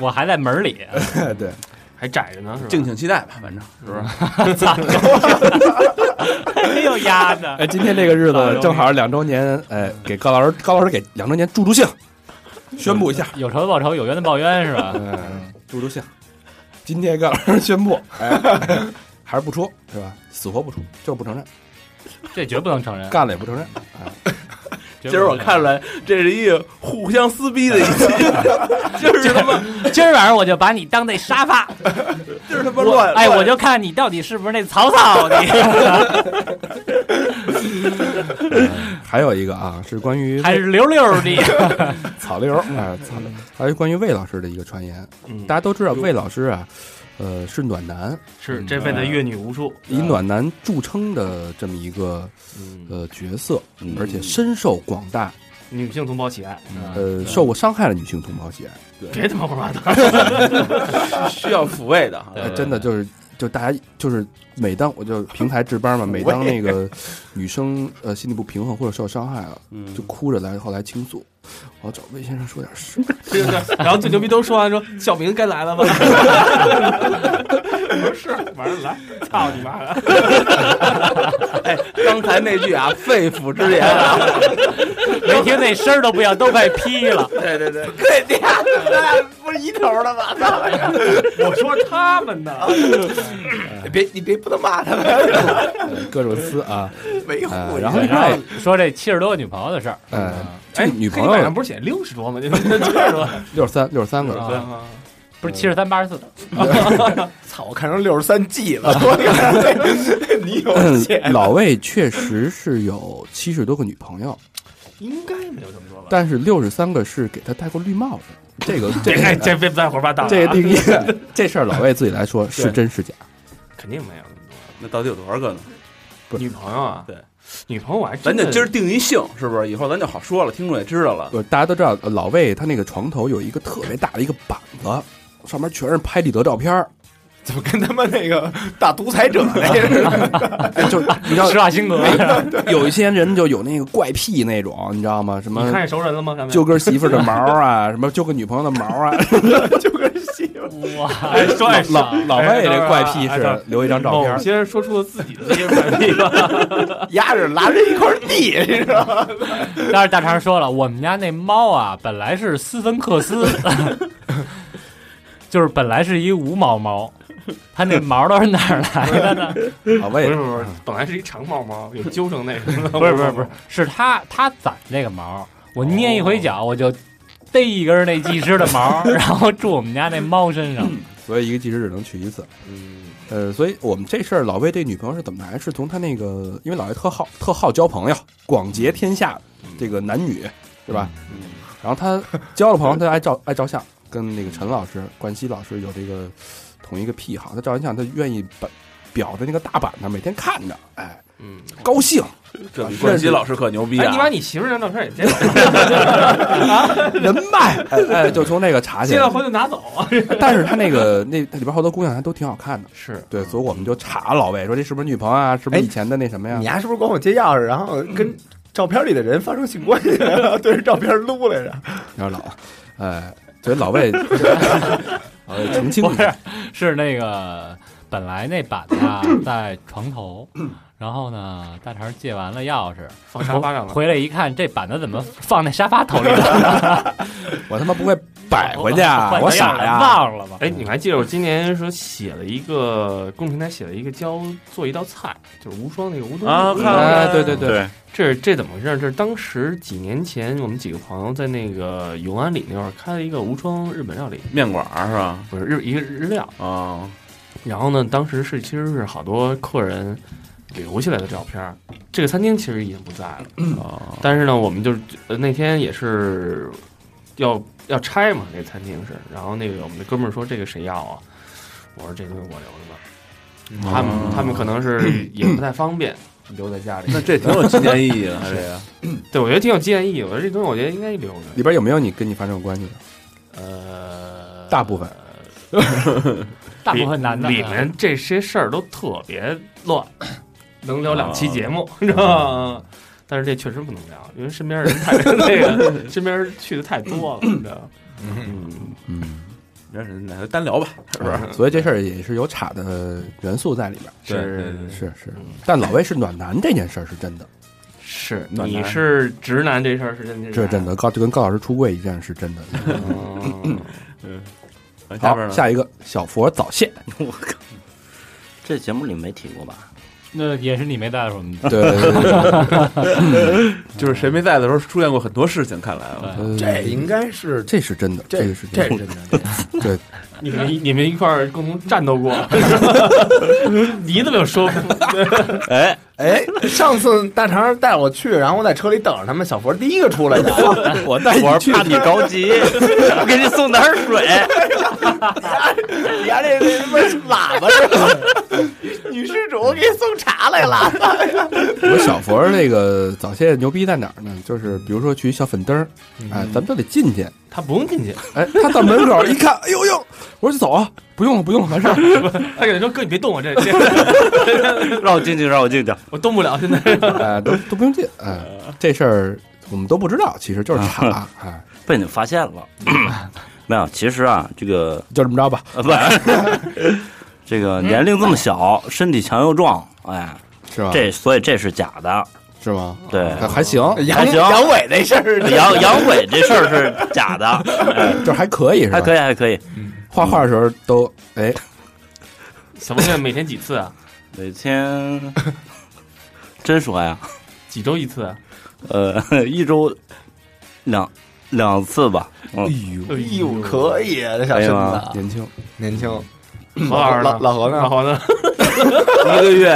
Speaker 9: 我还在门儿 里。
Speaker 4: 对，
Speaker 5: 还窄着呢，是吧？
Speaker 6: 敬请期待吧，反正是不是？
Speaker 9: 又压的，
Speaker 4: 哎，今天这个日子正 好两周年，哎，给高老师，高老师给两周年助助兴， 宣布一下，
Speaker 9: 有仇的报仇，有冤的报冤，是吧？
Speaker 4: 嗯，助助兴。今天高老师宣布， 哎，还是不出是吧？死活不出，就是不承认，
Speaker 9: 这绝不能承认。
Speaker 4: 干了也不承认。
Speaker 9: 今
Speaker 6: 今儿我看出来，这是一互相撕逼的一期，就是他妈
Speaker 9: 今儿晚上我就把你当那沙发，
Speaker 6: 就是他妈乱。
Speaker 9: 哎，
Speaker 6: 乱
Speaker 9: 我就看你到底是不是那曹操，你
Speaker 4: 还有一个啊，是关于
Speaker 9: 还是溜溜 的。
Speaker 4: 草 榴，哎，草榴，还有关于魏老师的一个传言。
Speaker 5: 嗯
Speaker 4: 大，家都知道魏老师啊，呃，是暖男，
Speaker 5: 是这辈子阅女无数，
Speaker 4: 以暖男著称的这么一个
Speaker 5: 嗯，
Speaker 4: 呃角色，而且深受广大
Speaker 5: 女性同胞喜爱，
Speaker 4: 呃受过伤害的女性同胞喜爱。
Speaker 5: 别他妈胡说八道，
Speaker 6: 需要抚慰的哈。
Speaker 9: 对
Speaker 4: 哎，真的就是就大家就是每当我就平台值班嘛，每当那个女生呃心理不平衡或者受伤害了，
Speaker 6: 嗯
Speaker 4: 就哭着来后来倾诉，我要找魏先生说点事。
Speaker 5: 对对对。 然后最牛逼都说完说，小明该来了 吧？不是，晚上来，操你妈的！
Speaker 6: 哎，
Speaker 8: 呃
Speaker 6: 刚才那句 啊，肺腑之言啊，
Speaker 9: 没听那声儿都不要，都快劈了。
Speaker 6: 对对对，
Speaker 8: 不是一头的吗？操！
Speaker 5: 我说他们呢，
Speaker 4: 嗯
Speaker 8: 别你别不能骂他们，
Speaker 4: 各种撕啊，
Speaker 8: 维护一
Speaker 4: 呃哎
Speaker 8: 下
Speaker 4: 然后另
Speaker 9: 然
Speaker 4: 外
Speaker 9: 后说这七十多个女朋友的事儿，
Speaker 4: 呃，
Speaker 5: 哎
Speaker 4: 这女朋
Speaker 5: 黑板上
Speaker 4: 友
Speaker 5: 不是写六十多吗？这这这多，
Speaker 4: 六十三六十三个，
Speaker 5: 啊
Speaker 9: 不是七十三八十四，
Speaker 8: 操！我看成六十三 G 了，我看你有钱
Speaker 4: 老魏确实是有七十多个女朋友，
Speaker 5: 应该没有这么多吧？
Speaker 4: 但是六十三个是给他戴过绿帽子。这个这
Speaker 5: 别哎，
Speaker 4: 个
Speaker 5: 这别再胡说八道了啊，
Speaker 4: 这个 定义， 这事儿老魏自己来说是真是假？
Speaker 5: 肯定没有那么多
Speaker 6: 那到底有多少个呢？
Speaker 4: 不是
Speaker 5: 女朋友啊。
Speaker 6: 对，
Speaker 5: 女朋友我还
Speaker 6: 咱
Speaker 5: 真
Speaker 6: 就
Speaker 5: 的
Speaker 6: 今儿定一姓，是不是？以后咱就好说了，听众也知道了。
Speaker 4: 呃，大家都知道，呃老魏他那个床头有一个特别大的一个板子，上面全是拍立得照片儿，
Speaker 8: 怎么跟他妈那个大独裁者那似 的？
Speaker 4: 哎 就是你知道
Speaker 9: 施瓦辛格，
Speaker 4: 有一些人就有那个怪癖那种，你知道吗？什
Speaker 5: 你
Speaker 4: 么
Speaker 5: 看见熟人了吗？上面
Speaker 4: 揪根媳妇儿的毛啊，什么揪个女朋友的毛啊，
Speaker 9: 哇，
Speaker 5: 说哎
Speaker 4: 老老
Speaker 5: 哎
Speaker 4: 魏这怪癖
Speaker 5: 哎等
Speaker 4: 是留一张照片
Speaker 5: 某
Speaker 4: 儿。
Speaker 5: 些人说出了自己 的一个怪癖吧。
Speaker 8: 压着拉人一块儿地，你知道吗？
Speaker 9: 当时大肠说了，我们家那猫啊，本来是斯芬克斯， 就是本来是一无毛猫，它那毛都是哪儿来 的呢？
Speaker 4: 老
Speaker 5: 不
Speaker 4: 魏
Speaker 5: 是不是不是，本来是一长毛毛，给揪成 那个了。
Speaker 9: 不是不是不是，是它它攒这个毛，我捏一
Speaker 4: 哦
Speaker 9: 回脚我就逮一根那技师的毛， 然后住我们家那猫身上。
Speaker 4: 所以一个技师只能去一次。嗯，呃，所以我们这事儿，老魏这女朋友是怎么来？是从他那个，因为老魏特好特好交朋友，广结天下这个男女，是吧？然后他交了朋友，他爱照爱照相，跟那个陈老师、关西老师有这个同一个癖好，他照完相，他愿意把。裱在那个大板上，每天看着，哎，
Speaker 5: 嗯，
Speaker 4: 高兴。
Speaker 6: 这比关西老师可牛逼
Speaker 5: 哎，
Speaker 6: 啊！
Speaker 5: 你把你媳妇儿那张照片也接了，
Speaker 4: 人脉，哎哎，就从那个查起
Speaker 5: 接
Speaker 4: 来
Speaker 5: 了。回就拿走啊。
Speaker 4: 但是他那个那那里边好多姑娘还都挺好看的，
Speaker 5: 是
Speaker 4: 对，所以我们就查老魏，说这是不是女朋友啊？是不是
Speaker 8: 哎
Speaker 4: 以前的那什么呀？
Speaker 8: 你丫是不是管我借钥匙，然后跟照片里的人发生性关系，然后对着照片撸来着？
Speaker 4: 然后老，呃，所以老魏，老魏澄清
Speaker 9: 不
Speaker 4: 一
Speaker 9: 是
Speaker 4: 下，，
Speaker 9: 是那个本来那板子啊在 床头，然后呢，大肠借完了钥匙，
Speaker 5: 放沙发上了。
Speaker 9: 回来一看，这板子怎么放在沙发头里了？
Speaker 4: 我他妈不会摆回去 啊，
Speaker 9: 换
Speaker 4: 我
Speaker 9: 成钥匙
Speaker 4: 傻呀！
Speaker 9: 忘了吧？
Speaker 5: 哎，你们还记得我今年说写了一个公众平台写了一个教做一道菜，就是无双那个乌冬
Speaker 6: 啊，
Speaker 5: 面
Speaker 6: 看了
Speaker 4: 哎对对对
Speaker 6: 对，
Speaker 5: 这是这怎么回事？这是当时几年前我们几个朋友在那个永安里那块儿开了一个无双日本料理，
Speaker 6: 面馆儿是吧？
Speaker 5: 不是日一个日料。
Speaker 6: 啊，
Speaker 5: 然后呢，当时是其实是好多客人留下来的照片儿。这个餐厅其实已经不在了，
Speaker 6: 哦
Speaker 5: 但是呢，我们就是呃那天也是要要拆嘛，这餐厅是。然后那个我们的哥们儿说这个谁要啊？我说这东西我留着吧。他们他们可能是也不太方便留在家里。
Speaker 6: 那这挺有纪念意义的，这 个
Speaker 5: 对我觉得挺有纪念意义。我觉得这东西我觉得应该留
Speaker 4: 里
Speaker 5: 着。
Speaker 4: 边有没有你跟你发生过关系的？
Speaker 5: 呃，
Speaker 4: 大部分
Speaker 9: 大部分男的
Speaker 5: 里面这些事儿都特别乱， 能聊两期节目，你知道吗？但是这确实不能聊，因为身 边人太那个，身边人去的太多了，你知道吗？嗯，
Speaker 4: 嗯，
Speaker 6: 没事，哪天单聊吧，是不是？
Speaker 4: 所以这事儿也是有茶的元素在里边儿。
Speaker 6: 对对对
Speaker 4: 是是，但老魏是暖男这件事儿是真的，
Speaker 5: 是
Speaker 6: 暖
Speaker 5: 你
Speaker 6: 男
Speaker 5: 是直男这事儿是啊真的，
Speaker 4: 这是真。的。高就跟高老师出柜一件是真的。
Speaker 6: 嗯，完下边
Speaker 4: 好，
Speaker 6: 呢？
Speaker 4: 下一个小佛早泄，
Speaker 7: 这节目里没提过吧？
Speaker 9: 那也是你没带着我们，
Speaker 4: 对对对对
Speaker 6: 就是谁没在的时候出现过很多事情，看来啊
Speaker 9: 对
Speaker 4: 对，
Speaker 8: 这应该是
Speaker 4: 这是真的，
Speaker 8: 这
Speaker 4: 个是
Speaker 8: 这
Speaker 4: 真的。
Speaker 8: 是真的，
Speaker 5: 你们一你们一块儿共同战斗过，你怎么有说
Speaker 7: 哎，
Speaker 8: 哎，上次大肠带我去，然后我在车里等着他们，小佛第一个出来的，
Speaker 7: 我带我是怕你着 急，我给你送点水。
Speaker 8: 你家这这他妈喇叭是 吧？女施主给你送茶来了，
Speaker 4: 我小佛儿那个早泄牛逼在哪儿呢？就是比如说去一小粉灯儿，哎，咱们都得进去。
Speaker 5: 他不用进去，
Speaker 4: 哎，他到门口一看，哎呦呦，我说走啊，不用了，不用了，完事儿。
Speaker 5: 他给他说哥你别动我啊这这
Speaker 7: 让我进去，让我进去。
Speaker 5: 我动不了现在。
Speaker 4: 哎，都都不用进。哎，这事儿我们都不知道，其实就是查，哎，
Speaker 7: 被你发现了。没有，其实啊，这个
Speaker 4: 就这么着吧。
Speaker 7: 呃不，这个年龄这么小，身体强又壮，哎，
Speaker 4: 是吧？
Speaker 7: 这所以这是假的，
Speaker 4: 是吗？
Speaker 7: 对。
Speaker 4: 哎还还行，
Speaker 7: 还行
Speaker 8: 阳痿那事儿，
Speaker 7: 阳阳痿这事儿是假的，哎
Speaker 4: 就是还可以，是吧？
Speaker 7: 还可以，还可以。
Speaker 4: 画画的时候都哎，
Speaker 5: 小朋友每天几次啊？
Speaker 7: 每天真说呀，
Speaker 5: 几周一次啊？
Speaker 7: 呃，一周两两次吧，嗯，
Speaker 5: 哎
Speaker 8: 哎呦，可以啊，这小身
Speaker 7: 可以
Speaker 8: 子
Speaker 4: 年轻，
Speaker 8: 年轻，
Speaker 5: 何老师
Speaker 8: 老
Speaker 5: 呢？
Speaker 8: 老何
Speaker 5: 老
Speaker 8: 呢？
Speaker 5: 黄呢？
Speaker 6: 一个月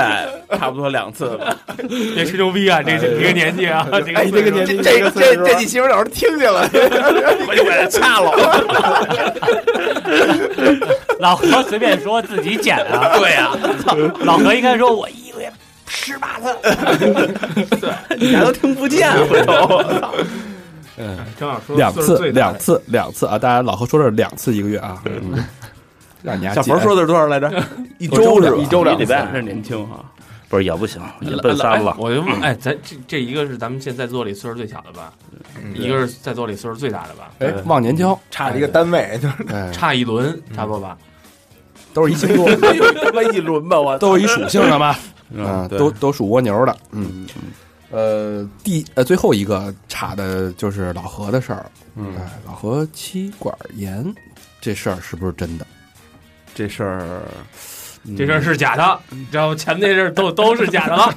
Speaker 6: 差不多两次吧。
Speaker 5: 别吹牛逼啊！这
Speaker 9: 哎
Speaker 5: 这这个年纪啊，这
Speaker 8: 哎，这个
Speaker 5: 岁
Speaker 8: 啊
Speaker 5: 数
Speaker 8: 年这这这这你媳妇老师听见了，我就把他掐了。
Speaker 9: 老何随便说自己捡啊，对呀、老何应该说我一个月十八次，
Speaker 6: 你还都听不见，回头
Speaker 5: 正好说
Speaker 4: 两
Speaker 5: 岁数
Speaker 4: 次
Speaker 5: 最大
Speaker 4: 两次两次啊！大家老何说这是两次一个月啊，嗯让你家
Speaker 6: 小
Speaker 4: 记着
Speaker 6: 佛说的是多少来 着？一
Speaker 4: 周
Speaker 6: 周是吧？
Speaker 4: 一
Speaker 6: 周
Speaker 7: 两次
Speaker 6: 礼拜还是年轻啊 哈？
Speaker 7: 不是也不行，也奔三
Speaker 5: 哎
Speaker 7: 了。
Speaker 5: 我就问，哎，咱这这一个是咱们现在座里岁数最小的吧？一个是在座里岁数最大的吧？
Speaker 4: 哎，忘年交，
Speaker 8: 差了一个单位， 就是
Speaker 4: 哎，
Speaker 5: 差一轮，差不多吧？
Speaker 4: 都是一星座，
Speaker 6: 哎他妈一轮吧，我
Speaker 4: 都是一属性的吧？啊，
Speaker 6: 嗯，对
Speaker 4: 都都属蜗牛的，嗯。呃，第呃最后一个查的就是老何的事儿，
Speaker 6: 嗯
Speaker 4: 哎，老何妻管严这事儿是不是真的？
Speaker 6: 这事儿，
Speaker 5: 这事儿是假的，你知道吗？前面那事儿都都是假的啊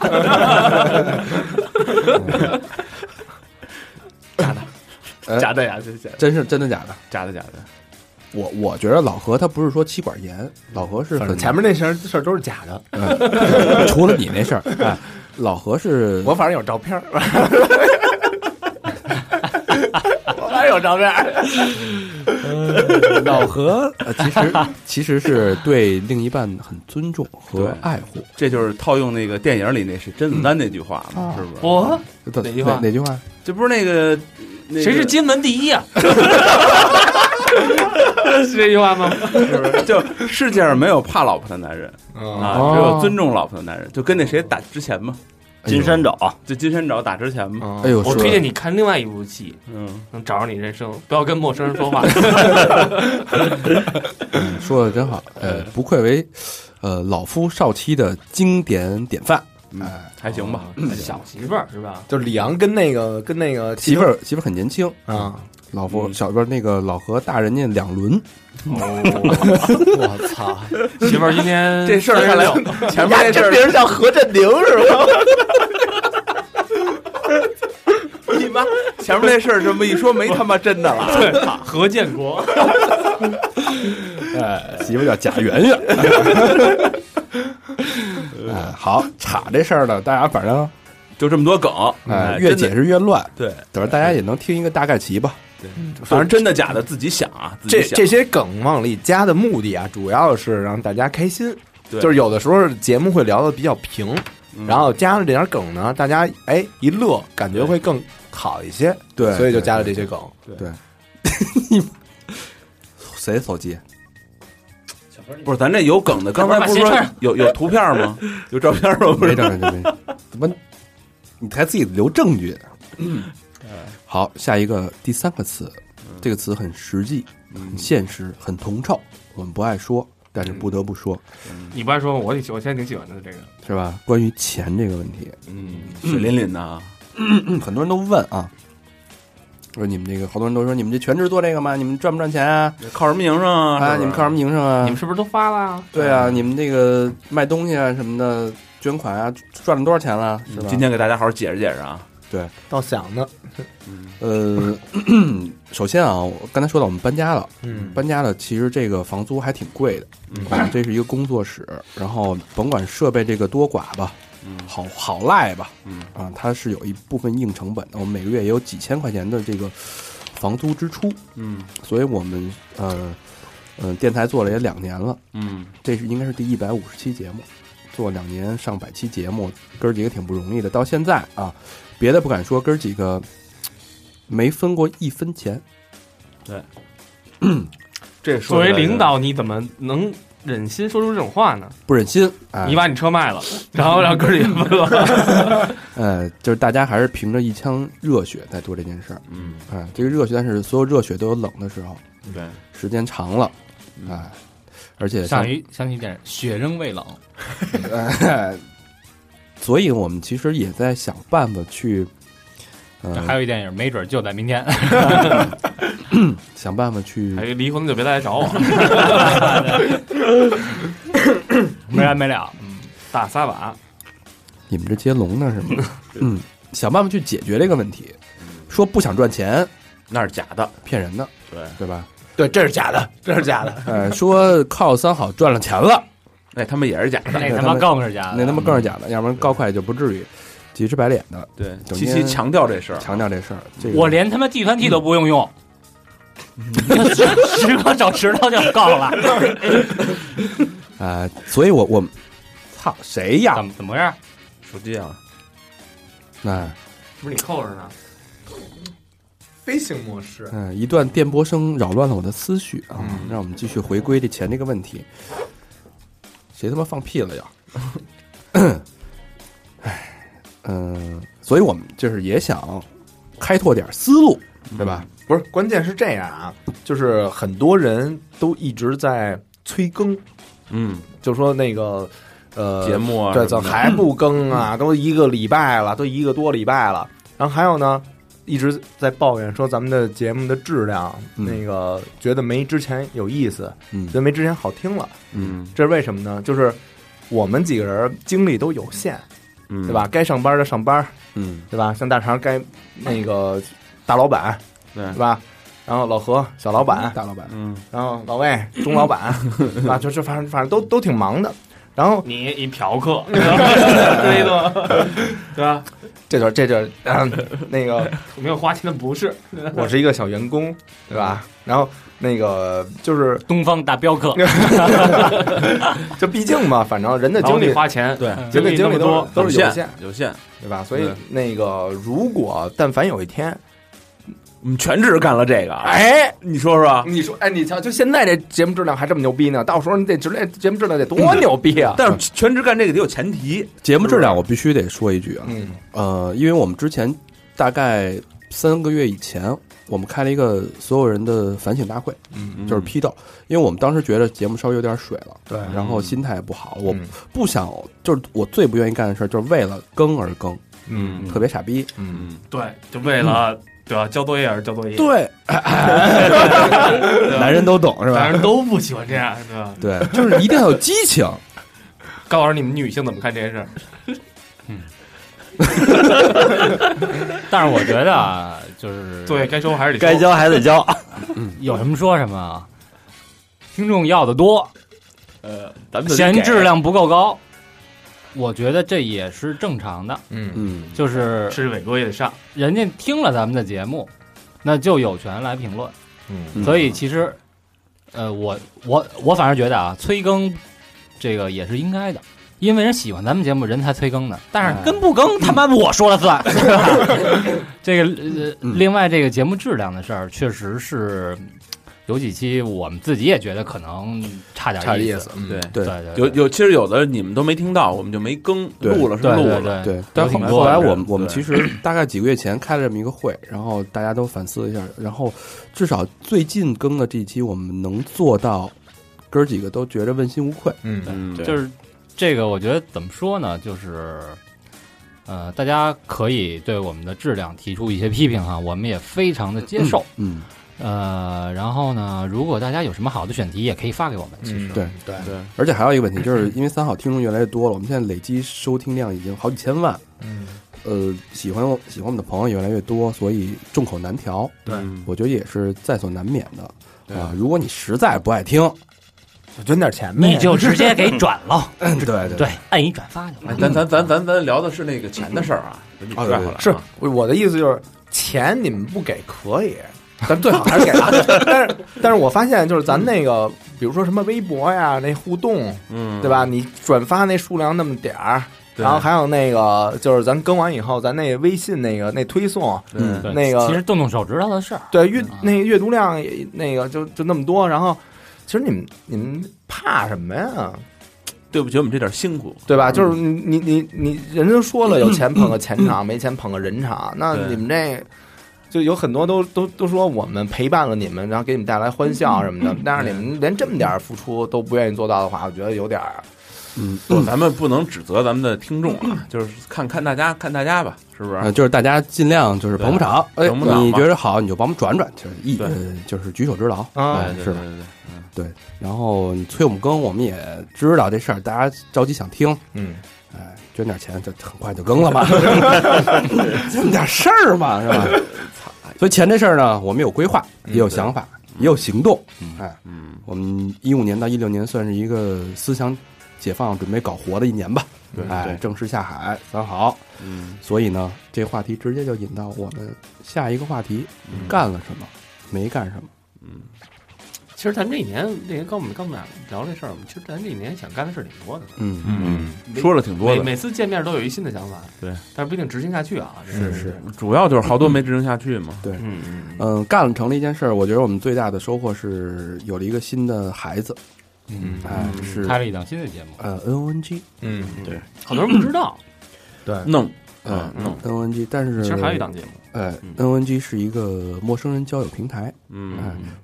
Speaker 5: 了。
Speaker 4: 哎
Speaker 6: 假的呀，这假的
Speaker 4: 真是真的假的？
Speaker 6: 假的假的。
Speaker 4: 我我觉得老何他不是说妻管严，老何是很嗯
Speaker 8: 前面那事儿事儿都是假的，
Speaker 4: 除了你那事儿，哎，老何是
Speaker 8: 我反正有照片儿，我
Speaker 6: 哎
Speaker 8: 反正有照片儿，
Speaker 4: 老何，呃其实其实是对另一半很尊重和爱护。
Speaker 6: 这就是套用那个电影里那是甄子丹那句话嘛，是不是？
Speaker 5: 我
Speaker 4: 哪
Speaker 5: 哪句话
Speaker 4: 哪句话？
Speaker 6: 这不是那个那 个
Speaker 5: 谁是金门第一啊？是这句话吗？
Speaker 6: 是不是？就世界上没有怕老婆的男人啊，只有尊重老婆的男人。就跟那谁打之前嘛，
Speaker 7: 金山找，
Speaker 6: 就金山找打之前嘛，
Speaker 4: 哎呦，
Speaker 5: 我
Speaker 4: 说
Speaker 5: 推荐你看另外一部戏，
Speaker 6: 嗯，
Speaker 5: 能找着你人生，不要跟陌生人说话。
Speaker 4: 说的真好，呃，
Speaker 6: 嗯
Speaker 4: 不愧为呃老夫少妻的经典典范。
Speaker 6: 还行吧，还行
Speaker 5: 小媳妇儿是吧？
Speaker 8: 就是李阳跟那个跟那个
Speaker 4: 媳妇儿媳妇儿很年轻，
Speaker 8: 啊，
Speaker 4: 老夫
Speaker 6: 嗯
Speaker 4: 小不是那个老何大人家两 轮，
Speaker 8: 我操，
Speaker 5: 媳妇儿今 天
Speaker 6: 这事儿看来前面那事
Speaker 8: 这
Speaker 6: 儿
Speaker 8: 名儿叫何振宁是吧？
Speaker 6: 你妈，前面那事儿这么一说没他妈真的了。
Speaker 5: 何建国，
Speaker 4: 哎媳妇儿叫贾圆 圆。哎，好，查这事儿呢，大家反正
Speaker 6: 就这么多梗，
Speaker 4: 哎
Speaker 6: 哎，
Speaker 4: 越
Speaker 6: 真的
Speaker 4: 解释越乱，
Speaker 6: 对，
Speaker 4: 等着大家也能听一个大概齐吧。
Speaker 6: 反正真的假的自己想啊，自己
Speaker 8: 这
Speaker 6: 想
Speaker 8: 这些梗往里加的目的啊，主要是让大家开心。
Speaker 6: 对
Speaker 8: 就是有的时候节目会聊的比较平，
Speaker 6: 嗯
Speaker 8: 然后加上这点梗呢，大家哎一乐，感觉会更好一些。
Speaker 4: 对
Speaker 8: 所以就加了这些梗。
Speaker 4: 谁手机？
Speaker 6: 不是咱这有梗的，刚才不
Speaker 5: 把鞋
Speaker 6: 是说
Speaker 5: 穿
Speaker 6: 有有图片吗？有照片吗？不
Speaker 4: 没
Speaker 6: 是，
Speaker 4: 证据，没证 据，怎么啊
Speaker 6: 嗯
Speaker 4: 你还自己留证据？好，下一个第三个词，这个词很实际、
Speaker 6: 嗯
Speaker 4: 很现实、很铜臭，我们不爱说，但是不得不说，
Speaker 5: 你不爱说吗？我挺喜我现在挺喜欢的这个，
Speaker 4: 是吧？关于钱这个问题，
Speaker 6: 嗯，水淋淋的啊，
Speaker 4: 嗯很多人都问啊，说你们这个，好多人都说你们这全职做这个吗？你们赚不赚钱啊？
Speaker 6: 靠什么营生啊？
Speaker 4: 啊，
Speaker 6: 是不
Speaker 4: 你
Speaker 6: 是
Speaker 4: 们靠什么营生
Speaker 5: 你
Speaker 4: 啊
Speaker 5: 们？是不是都发了？
Speaker 4: 对啊，你们这个卖东西啊什么的，捐款啊，赚了多少钱了？是吧？
Speaker 6: 今天给大家好好解释解释啊，
Speaker 8: 倒想呢，
Speaker 4: 呃， 首先啊，我刚才说到我们搬家了，
Speaker 8: 嗯，
Speaker 4: 搬家了，其实这个房租还挺贵的。
Speaker 6: 嗯
Speaker 4: 我们这是一个工作室，然后甭管设备这个多寡吧，
Speaker 6: 嗯
Speaker 4: 好好赖吧，
Speaker 6: 嗯
Speaker 4: 啊，它是有一部分硬成本的。我们每个月也有几千块钱的这个房租支出，
Speaker 6: 嗯
Speaker 4: 所以我们呃嗯、呃电台做了也两年了，
Speaker 6: 嗯
Speaker 4: 这是应该是第一百五十期节目，做两年上百期节目，哥儿几个挺不容易的。到现在啊，别的不敢说，哥儿几个没分过一分钱。
Speaker 6: 这
Speaker 5: 作为领，导，你怎么能忍心说出这种话呢？
Speaker 4: 不忍心啊！
Speaker 5: 你把你车卖了，然后让哥儿几个分了，
Speaker 4: 呃，就是大家还是凭着一腔热血在做这件事儿
Speaker 6: 嗯，
Speaker 4: 啊、这个热血，但是所有热血都有冷的时候，
Speaker 6: 对，
Speaker 4: 时间长了啊、而且像
Speaker 9: 想一想起一点，雪仍未冷，
Speaker 4: 呃，所以我们其实也在想办法去，
Speaker 9: 还
Speaker 4: 呃，
Speaker 9: 有一电影，没准就在 明天。
Speaker 4: 想办法去
Speaker 5: 哎，离婚就别来找我，
Speaker 9: 没完没了，
Speaker 5: 大撒把。
Speaker 4: 你们这接龙呢是吗？ 嗯，想办法去解决这个问题。说不想赚钱，
Speaker 6: 那是假的，
Speaker 4: 骗人的，
Speaker 6: 对，
Speaker 4: 对 吧？
Speaker 8: 对，这是假的，这是假 的，
Speaker 4: 呃，说靠三好赚了钱了，
Speaker 6: 那哎他们也是假的，
Speaker 9: 那
Speaker 4: 他
Speaker 9: 他妈
Speaker 4: 们
Speaker 9: 更是假的，
Speaker 4: 那他妈更是假的，要不然高快就不至于急赤白脸的
Speaker 6: 对，
Speaker 4: 整
Speaker 6: 七
Speaker 4: 天
Speaker 6: 七强调这事儿，
Speaker 4: 强调这事儿。这个
Speaker 9: 我连他妈计算器都不用用， 十个手指头就够 了。
Speaker 4: 啊、所以我我操谁呀
Speaker 9: 怎？么怎么回事？
Speaker 6: 手机啊，
Speaker 4: 哎
Speaker 5: 不是你扣着呢，
Speaker 8: 飞行模式，
Speaker 4: 嗯、一段电波声扰乱了我的思绪啊
Speaker 6: 嗯，
Speaker 4: 让我们继续回归这钱这个问题。谁他妈放屁了呀？ 哎，嗯、所以我们就是也想开拓点思路，对吧？
Speaker 8: 不是，关键是这样啊，就是很多人都一直在催更，
Speaker 6: 嗯，
Speaker 8: 就说那个呃
Speaker 6: 节目啊，
Speaker 8: 对，
Speaker 6: 什
Speaker 8: 怎
Speaker 6: 么
Speaker 8: 么
Speaker 6: 的嗯
Speaker 8: 还不更啊？都一个礼拜了，都一个多礼拜了。然后还有呢，一直在抱怨说咱们的节目的质量，
Speaker 4: 嗯
Speaker 8: 那个觉得没之前有意思，
Speaker 4: 嗯
Speaker 8: 觉得没之前好听了。
Speaker 6: 嗯
Speaker 8: 这是为什么呢？就是我们几个人精力都有限，
Speaker 6: 嗯，
Speaker 8: 对吧？？该上班的上班，
Speaker 4: 嗯
Speaker 8: 对吧？像大肠该那个大老板，
Speaker 6: 对
Speaker 8: 对吧？然后老何小老板，
Speaker 4: 大老板，
Speaker 6: 嗯，
Speaker 8: 然后老魏中老 板，啊，就就反正反正都都挺忙的。然后
Speaker 5: 你一嫖 客，这意思吗？对吧？
Speaker 8: 这就这就、啊、那个
Speaker 5: 没有花钱的不是，
Speaker 8: 我是一个小员工，对吧？然后那个就是，
Speaker 9: 东方大镖 客，
Speaker 8: 就毕竟嘛，反正人的
Speaker 5: 然后
Speaker 8: 精
Speaker 5: 你
Speaker 8: 力，
Speaker 5: 花钱，
Speaker 6: 对，
Speaker 8: 人的精
Speaker 5: 精力
Speaker 8: 力
Speaker 5: 那么
Speaker 8: 都
Speaker 5: 多
Speaker 8: 都是有限
Speaker 6: 限，，有限，
Speaker 8: 对吧？所以
Speaker 6: 对
Speaker 8: 那个，如果但凡有一天，
Speaker 6: 我们全职干了这个，，啊
Speaker 8: 哎，
Speaker 6: 你说说，
Speaker 8: 你说，哎，你瞧，就现在这节目质量还这么牛逼呢，到时候你得质量节目质量得多牛逼啊！
Speaker 6: 但是全职干这个得有前提，
Speaker 4: 节目质量我必须得说一句啊，
Speaker 8: 嗯
Speaker 4: 呃，因为我们之前大概三个月以前，我们开了一个所有人的反省大会，
Speaker 8: 嗯，
Speaker 4: 就是批斗，因为我们当时觉得节目稍微有点水了，
Speaker 8: 对，
Speaker 4: 然后心态也不好，我
Speaker 8: 嗯
Speaker 4: 不想，就是我最不愿意干的事儿，就是为了更而更，
Speaker 8: 嗯
Speaker 4: 特别傻逼。
Speaker 8: 嗯，
Speaker 6: 嗯，
Speaker 5: 对，就为了对吧？交作业而交作业，
Speaker 4: 对，
Speaker 5: 对吧，
Speaker 4: 男人都懂是
Speaker 5: 男
Speaker 4: 吧？
Speaker 5: 人都不喜欢这样，对吧？
Speaker 4: 对，就是一定要有激情。
Speaker 5: 高老师，你们女性怎么看这件事儿？
Speaker 9: 但是我觉得啊，就是
Speaker 5: 作业该收还是得
Speaker 7: 该
Speaker 5: 收，
Speaker 7: 交还得交，
Speaker 9: 有什么说什么啊，听众要的多，
Speaker 6: 呃，咱们就得
Speaker 9: 嫌
Speaker 6: 给
Speaker 9: 质，量不够高，我觉得这也是正常的，
Speaker 8: 嗯
Speaker 4: 嗯，
Speaker 9: 就是
Speaker 5: 是伟哥也得上，
Speaker 9: 人家听了咱们的节目，那就有权来评论。
Speaker 8: 嗯
Speaker 4: 嗯
Speaker 9: 所以其实，呃，我我我反正觉得啊，催更这个也是应该的，因为人喜欢咱们节目，人才催更呢。但是跟不更，他妈我说了算。这个呃，
Speaker 4: 嗯
Speaker 9: 另外这个节目质量的事儿，确实是有几期我们自己也觉得可能差点
Speaker 4: 差点
Speaker 9: 意
Speaker 4: 意思
Speaker 9: 思，
Speaker 6: 对，
Speaker 4: 对
Speaker 9: 对
Speaker 6: 有有，其实有的你们都没听到，我们就没更
Speaker 4: 对
Speaker 6: 录了，是
Speaker 9: 对
Speaker 6: 录
Speaker 9: 对
Speaker 6: 了。
Speaker 1: 哎
Speaker 9: 对，
Speaker 4: 对，但
Speaker 9: 有
Speaker 4: 后
Speaker 9: 挺
Speaker 4: 后
Speaker 9: 多
Speaker 4: 来
Speaker 9: 的
Speaker 4: 我
Speaker 6: 人
Speaker 4: 们我们
Speaker 6: 对
Speaker 4: 其实大概几个月前开了这么一个会，然后大家都反思了一下，然后至少最近更的这一期，我们能做到哥儿几个都觉着问心无愧。
Speaker 8: 嗯，
Speaker 6: 嗯，
Speaker 9: 就是是这个，我觉得怎么说呢，就是。呃，大家可以对我们的质量提出一些批评哈，我们也非常的接受。
Speaker 4: 嗯，
Speaker 9: 呃，然后呢，如果大家有什么好的选题，也可以发给我们。其实，
Speaker 4: 对
Speaker 8: 对
Speaker 6: 对，
Speaker 4: 而且还有一个问题，就是因为三好听众越来越多了，我们现在累积收听量已经好几千万，
Speaker 8: 嗯，
Speaker 4: 呃，喜欢我喜欢我们的朋友也越来越多，所以众口难调，
Speaker 8: 对
Speaker 6: 嗯
Speaker 4: 我觉得也是在所难免的。啊、如果你实在不爱听，
Speaker 8: 就捐点钱呗，
Speaker 9: 你就直接给转 了，
Speaker 4: 嗯，对对
Speaker 9: 对，按一转发就
Speaker 6: 哎
Speaker 9: 完。
Speaker 6: 咱咱咱咱咱聊的是那个钱的事儿啊，你
Speaker 4: 啊
Speaker 6: 拽
Speaker 4: 对
Speaker 6: 回来
Speaker 8: 是我我的意思就是，钱你们不给可以， 咱最好还是给他。 但是但是我发现就是咱那个，比如说什么微博呀，那互动，
Speaker 6: 嗯，
Speaker 8: 对吧？你转发那数量那么点儿，
Speaker 6: 对
Speaker 8: 然后还有那个就是咱更完以后，咱那微信那个那推送，
Speaker 6: 嗯
Speaker 9: 对
Speaker 8: 那个
Speaker 9: 其实动动手指头的事儿，
Speaker 8: 对阅那个阅读量也那个就就那么多，然后其实你们你们怕什么呀？
Speaker 6: 对不起，我们这点辛苦，
Speaker 8: 对吧？就是你你你你，人都说了，有钱捧个钱场，没钱捧个人场。那
Speaker 6: 对
Speaker 8: 你们这就有很多都都都说我们陪伴了你们，然后给你们带来欢笑什么的。但是你们连这么点儿付出都不愿意做到的话，我觉得有点儿
Speaker 6: 不咱们不能指责咱们的听众啊，就是看看大家看大家吧，是不
Speaker 4: 呃，
Speaker 6: 是？
Speaker 4: 就是大家尽量就是
Speaker 6: 对啊
Speaker 4: 捧不场，哎，
Speaker 6: 捧不场
Speaker 4: 你
Speaker 6: 嘛
Speaker 4: 觉得好你就帮我们转转，就是一
Speaker 6: 对
Speaker 4: 呃就是举手之劳
Speaker 8: 啊
Speaker 4: 哎
Speaker 6: 对
Speaker 4: 是
Speaker 6: 对
Speaker 4: 吧？
Speaker 6: 对嗯对，
Speaker 4: 对，然后你催我们更，我们也知道这事儿，大家着急想听，
Speaker 8: 嗯，
Speaker 4: 哎，捐点钱，这很快就更了 嘛，这么点事儿嘛，是吧？ 所以钱这事儿呢，我们有规划，也有想法，也有行动。哎，
Speaker 6: 嗯，
Speaker 4: 我们一五年到一六年算是一个思想解放、准备搞活的一年吧。
Speaker 6: 对
Speaker 4: 哎，
Speaker 6: 对
Speaker 4: 正式下海，三好。
Speaker 6: 嗯
Speaker 4: 所以呢，这话题直接就引到我们下一个话题：
Speaker 6: 嗯
Speaker 4: 干了什么，没干什么。
Speaker 6: 嗯，
Speaker 5: 其实咱这一年，那天跟我们跟我们俩聊这事儿，我们其实咱这一年想干的事儿挺多的，
Speaker 4: 嗯
Speaker 6: 嗯，说了挺多
Speaker 5: 每
Speaker 6: 的，
Speaker 5: 每次见面都有一新的想法，
Speaker 6: 对，
Speaker 5: 但是不一定执行下去啊。是是，
Speaker 6: 主要就是好多没执行下去嘛。
Speaker 5: 嗯嗯
Speaker 4: 嗯，干了成了一件事儿，我觉得我们最大的收获是有了一个新的孩子，
Speaker 8: 嗯
Speaker 4: 哎，是
Speaker 9: 开了一档新的节目。
Speaker 4: 呃 N O N G，
Speaker 8: 嗯，
Speaker 6: 对，
Speaker 5: 好多人不知道，
Speaker 6: 弄
Speaker 4: 哎
Speaker 6: 嗯弄
Speaker 4: N O N G，但是
Speaker 5: 其实还有一档节目，
Speaker 4: 哎
Speaker 6: 嗯
Speaker 4: ，N O N G 是一个陌生人交友平台，哎
Speaker 6: 嗯，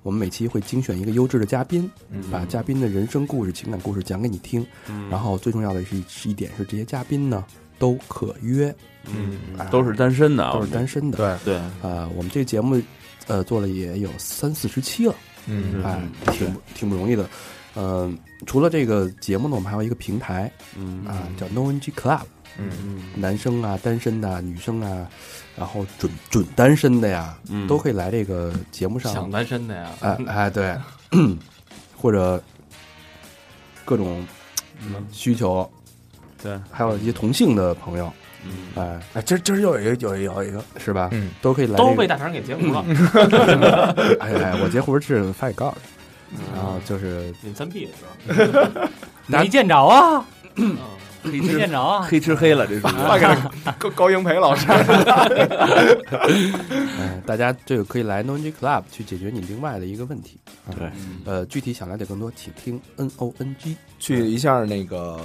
Speaker 4: 我们每期会精选一个优质的嘉宾，把嘉宾的人生故事、情感故事讲给你听，
Speaker 6: 嗯
Speaker 4: 然后最重要的是是一点是这些嘉宾呢都可约，
Speaker 6: 嗯
Speaker 4: 哎
Speaker 6: 都是单身的啊，
Speaker 4: 都是单身的，
Speaker 8: 对，
Speaker 6: 对，
Speaker 4: 呃，我们这个节目，呃，做了也有三四十期了，
Speaker 8: 嗯
Speaker 4: 哎
Speaker 6: 嗯，
Speaker 4: 挺不挺不容易的。嗯，除了这个节目呢，我们还有一个平台
Speaker 6: 嗯
Speaker 4: 啊，叫 No NG Club，
Speaker 6: 嗯
Speaker 4: 男生啊、单身的啊、女生啊，然后准准单身的呀，
Speaker 6: 嗯
Speaker 4: 都可以来这个节目上
Speaker 5: 想单身的呀，
Speaker 4: 哎哎，对， 或者各种需求，
Speaker 6: 对，
Speaker 4: 还有一些同性的朋友，
Speaker 6: 嗯
Speaker 4: 哎，
Speaker 8: 哎，今儿今儿又有一个有一个有一个，
Speaker 4: 是吧？
Speaker 8: 嗯，
Speaker 4: 都可以来
Speaker 5: 都
Speaker 4: 这个。
Speaker 5: 被大肠给截胡了，
Speaker 4: 哎哎，我截胡是发给告诉
Speaker 6: 嗯
Speaker 4: 你，然后就是
Speaker 5: 你三 P 的时候，
Speaker 9: 没见着啊，
Speaker 5: 嗯
Speaker 9: 没见着啊，
Speaker 6: 黑吃黑了，这是
Speaker 8: 发给了高高英培老师。
Speaker 4: 嗯，大家这个可以来 No N G Club 去解决你另外的一个问题。啊
Speaker 6: 对，
Speaker 4: 呃，具体想了解更多，请听 N O N G。
Speaker 8: 去一下那个，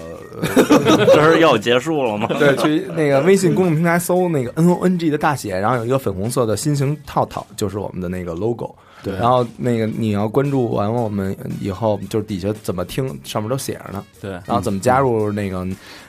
Speaker 7: 这是要结束了吗？
Speaker 8: 对，去那个微信公众平台搜那个 N O N G 的大写，然后有一个粉红色的心形套套，就是我们的那个 logo。
Speaker 4: 对
Speaker 8: 然后那个你要关注完我们以后，就是底下怎么听，上面都写着呢。
Speaker 6: 对，
Speaker 8: 然后怎么加入那个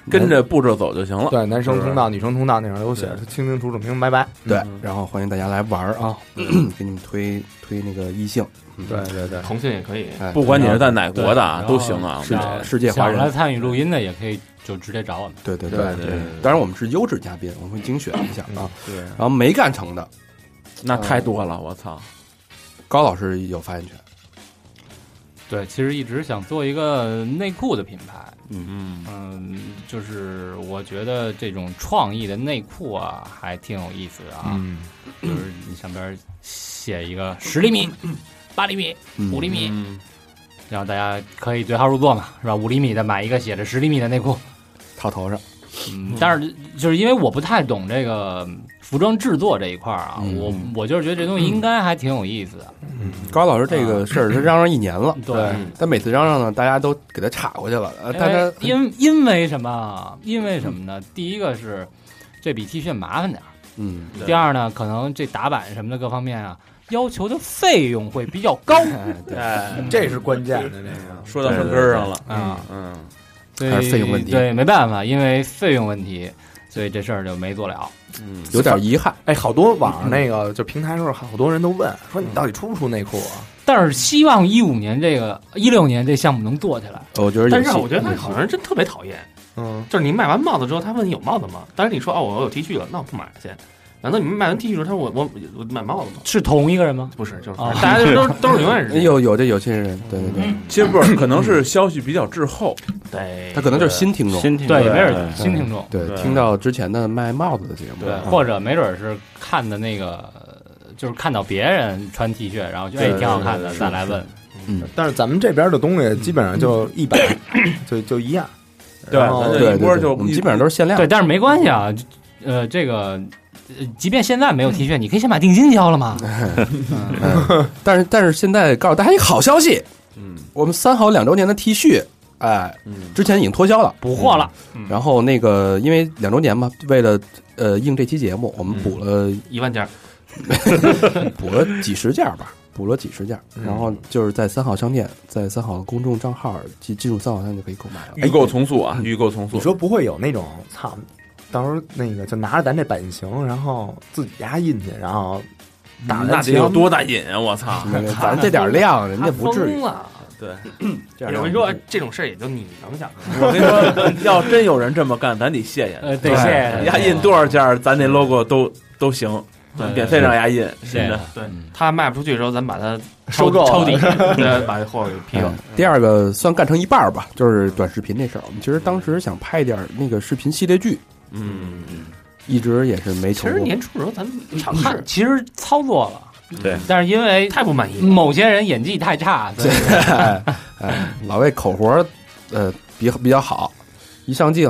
Speaker 6: 跟着步骤走就行 了。
Speaker 8: 对男生通道、女生通道那上都写着，清清楚楚，明明白白。
Speaker 4: 对，嗯然后欢迎大家来玩儿啊，
Speaker 6: 嗯
Speaker 4: 给你们推推那个异性。
Speaker 8: 对对对，
Speaker 5: 同性也可以，
Speaker 4: 哎，
Speaker 6: 不管你是在哪国的啊，都行啊。
Speaker 4: 世
Speaker 9: 然后
Speaker 4: 界世界华
Speaker 9: 想来
Speaker 4: 人，
Speaker 9: 参与录音的也可以就直接找我们。
Speaker 4: 对对
Speaker 8: 对
Speaker 6: 对对
Speaker 4: 当然我们是优质嘉宾，我们会精选一下啊。
Speaker 6: 对，
Speaker 4: 然后没干成的，
Speaker 6: 那太多了，我操！
Speaker 4: 高老师有发言权。
Speaker 9: 对，其实一直想做一个内裤的品牌，
Speaker 6: 嗯
Speaker 9: 嗯，就是我觉得这种创意的内裤啊，还挺有意思的啊。
Speaker 8: 嗯，
Speaker 9: 就是你上边写一个十厘米、八厘米、五厘米，
Speaker 6: 嗯，
Speaker 9: 然后大家可以对号入座嘛，是吧？五厘米的买一个写着十厘米的内裤，
Speaker 4: 套头上，
Speaker 9: 但是就是因为我不太懂这个服装制作这一块儿啊，
Speaker 4: 嗯
Speaker 9: 我我就是觉得这东西应该还挺有意思的。
Speaker 6: 嗯
Speaker 4: 高老师这
Speaker 6: 啊
Speaker 4: 个事儿，他嚷嚷一年了，
Speaker 9: 对嗯
Speaker 4: 但每次嚷嚷呢，大家都给他岔过去了，
Speaker 9: 哎
Speaker 4: 呃，大家
Speaker 9: 因为因为什么？啊因为什么呢？第一个是这比 T 恤麻烦点儿，
Speaker 4: 嗯，
Speaker 5: 对
Speaker 9: 第二呢，可能这打版什么的各方面啊，要求的费用会比较高
Speaker 6: 哎，
Speaker 8: 这是关键的这个。
Speaker 6: 说到正根儿上了，
Speaker 9: 啊，
Speaker 6: 嗯，
Speaker 9: 所
Speaker 4: 还
Speaker 9: 以
Speaker 4: 是费用问题
Speaker 9: 对，没办法，因为费用问题，所以这事儿就没做了。
Speaker 6: 嗯
Speaker 4: 有点遗憾。
Speaker 8: 哎，好多网上那个就平台时候，好多人都问说你到底出不出内裤啊？
Speaker 9: 但是希望一五年这个一六年这项目能做起来。
Speaker 4: 我觉得有戏，
Speaker 5: 但是啊我觉得他好像真特别讨厌，
Speaker 8: 嗯，
Speaker 5: 就是你卖完帽子之后，他问你有帽子吗？当然你说哦，我有 T 恤了，那我不买去。难道你们卖完 T 恤之后，他说我我我买帽子吗？
Speaker 9: 是同一个人吗？
Speaker 5: 不是，就是
Speaker 9: 哦
Speaker 5: 大家就是都是都是永远是嗯
Speaker 4: 有有这有些人，对对对，
Speaker 6: 其实不是，可能是消息比较滞后，
Speaker 5: 对，
Speaker 4: 他可能就是新听众，
Speaker 7: 新听
Speaker 9: 对，
Speaker 7: 众
Speaker 9: 没准新听众，
Speaker 4: 对，
Speaker 6: 对
Speaker 4: 听到之前的卖帽子的节目，
Speaker 5: 嗯
Speaker 6: 对
Speaker 4: 啊
Speaker 9: 或者没准是看的那个，呃就是看到别人穿 T 恤，然后就哎
Speaker 6: 对对
Speaker 9: 挺好看
Speaker 6: 对
Speaker 9: 的，
Speaker 6: 对
Speaker 9: 再来问。
Speaker 8: 但是咱们这边的东西基本上就一版，就就一样。
Speaker 6: 对
Speaker 8: 然后
Speaker 6: 咱
Speaker 4: 对
Speaker 6: 一波
Speaker 4: 对对
Speaker 6: 就
Speaker 4: 我们基本上都是限量
Speaker 9: 对，，但是没关系啊，就呃，这个。呃即便现在没有 T 恤，你可以先把定金交了嘛。
Speaker 4: 嗯但是但是现在告诉大家一个好消息，
Speaker 6: 嗯
Speaker 4: 我们三好两周年的 T 恤，哎，
Speaker 6: 嗯，
Speaker 4: 之前已经脱销了，
Speaker 9: 补货了，
Speaker 4: 然后那个因为两周年嘛，为了呃应这期节目，我们补了
Speaker 5: 一万件儿，
Speaker 4: 补了几十件儿吧，补了几十件儿，然后就是在三好商店，在三好公众账号进进入三好商店就可以购买了。
Speaker 6: 预购重塑啊，预购重塑
Speaker 8: 你，说不会有那种操，到时候那个就拿着咱这版型，然后自己压印去，然后打
Speaker 6: 那得有多大瘾啊！我 操，
Speaker 4: 没有咱这点量，人家
Speaker 5: 他
Speaker 4: 不至于
Speaker 5: 疯。了。
Speaker 6: 对，
Speaker 4: 这点量
Speaker 5: 我跟你说，这种事儿也就你能想。
Speaker 6: 我跟你说， 要真有人这么干，咱得谢谢他，
Speaker 9: 呃，得谢谢
Speaker 6: 牙印多少件儿，咱那 logo 都都行，
Speaker 9: 对
Speaker 6: 免费让牙印，
Speaker 9: 谢
Speaker 6: 真
Speaker 9: 谢
Speaker 6: 的。。
Speaker 5: 对
Speaker 9: 嗯
Speaker 5: 他卖不出去的时候，咱把 它
Speaker 8: 收购
Speaker 5: 抄底，对，把这货给批了
Speaker 4: 嗯。第二个算干成一半儿吧，就是短视频这事儿。我们其实当时想拍一点儿那个视频系列剧，
Speaker 6: 嗯，
Speaker 4: 一直也是没
Speaker 5: 其
Speaker 4: 成
Speaker 5: 实
Speaker 4: 功。
Speaker 5: 年初的时候，咱们尝
Speaker 9: 看
Speaker 5: 试，
Speaker 9: 其实操作了，
Speaker 6: 对，
Speaker 9: 嗯但是因为
Speaker 5: 太不满意了。
Speaker 9: 某些人演技太差，所以
Speaker 4: 哎哎，老魏口活儿，呃，比比较好，一上镜，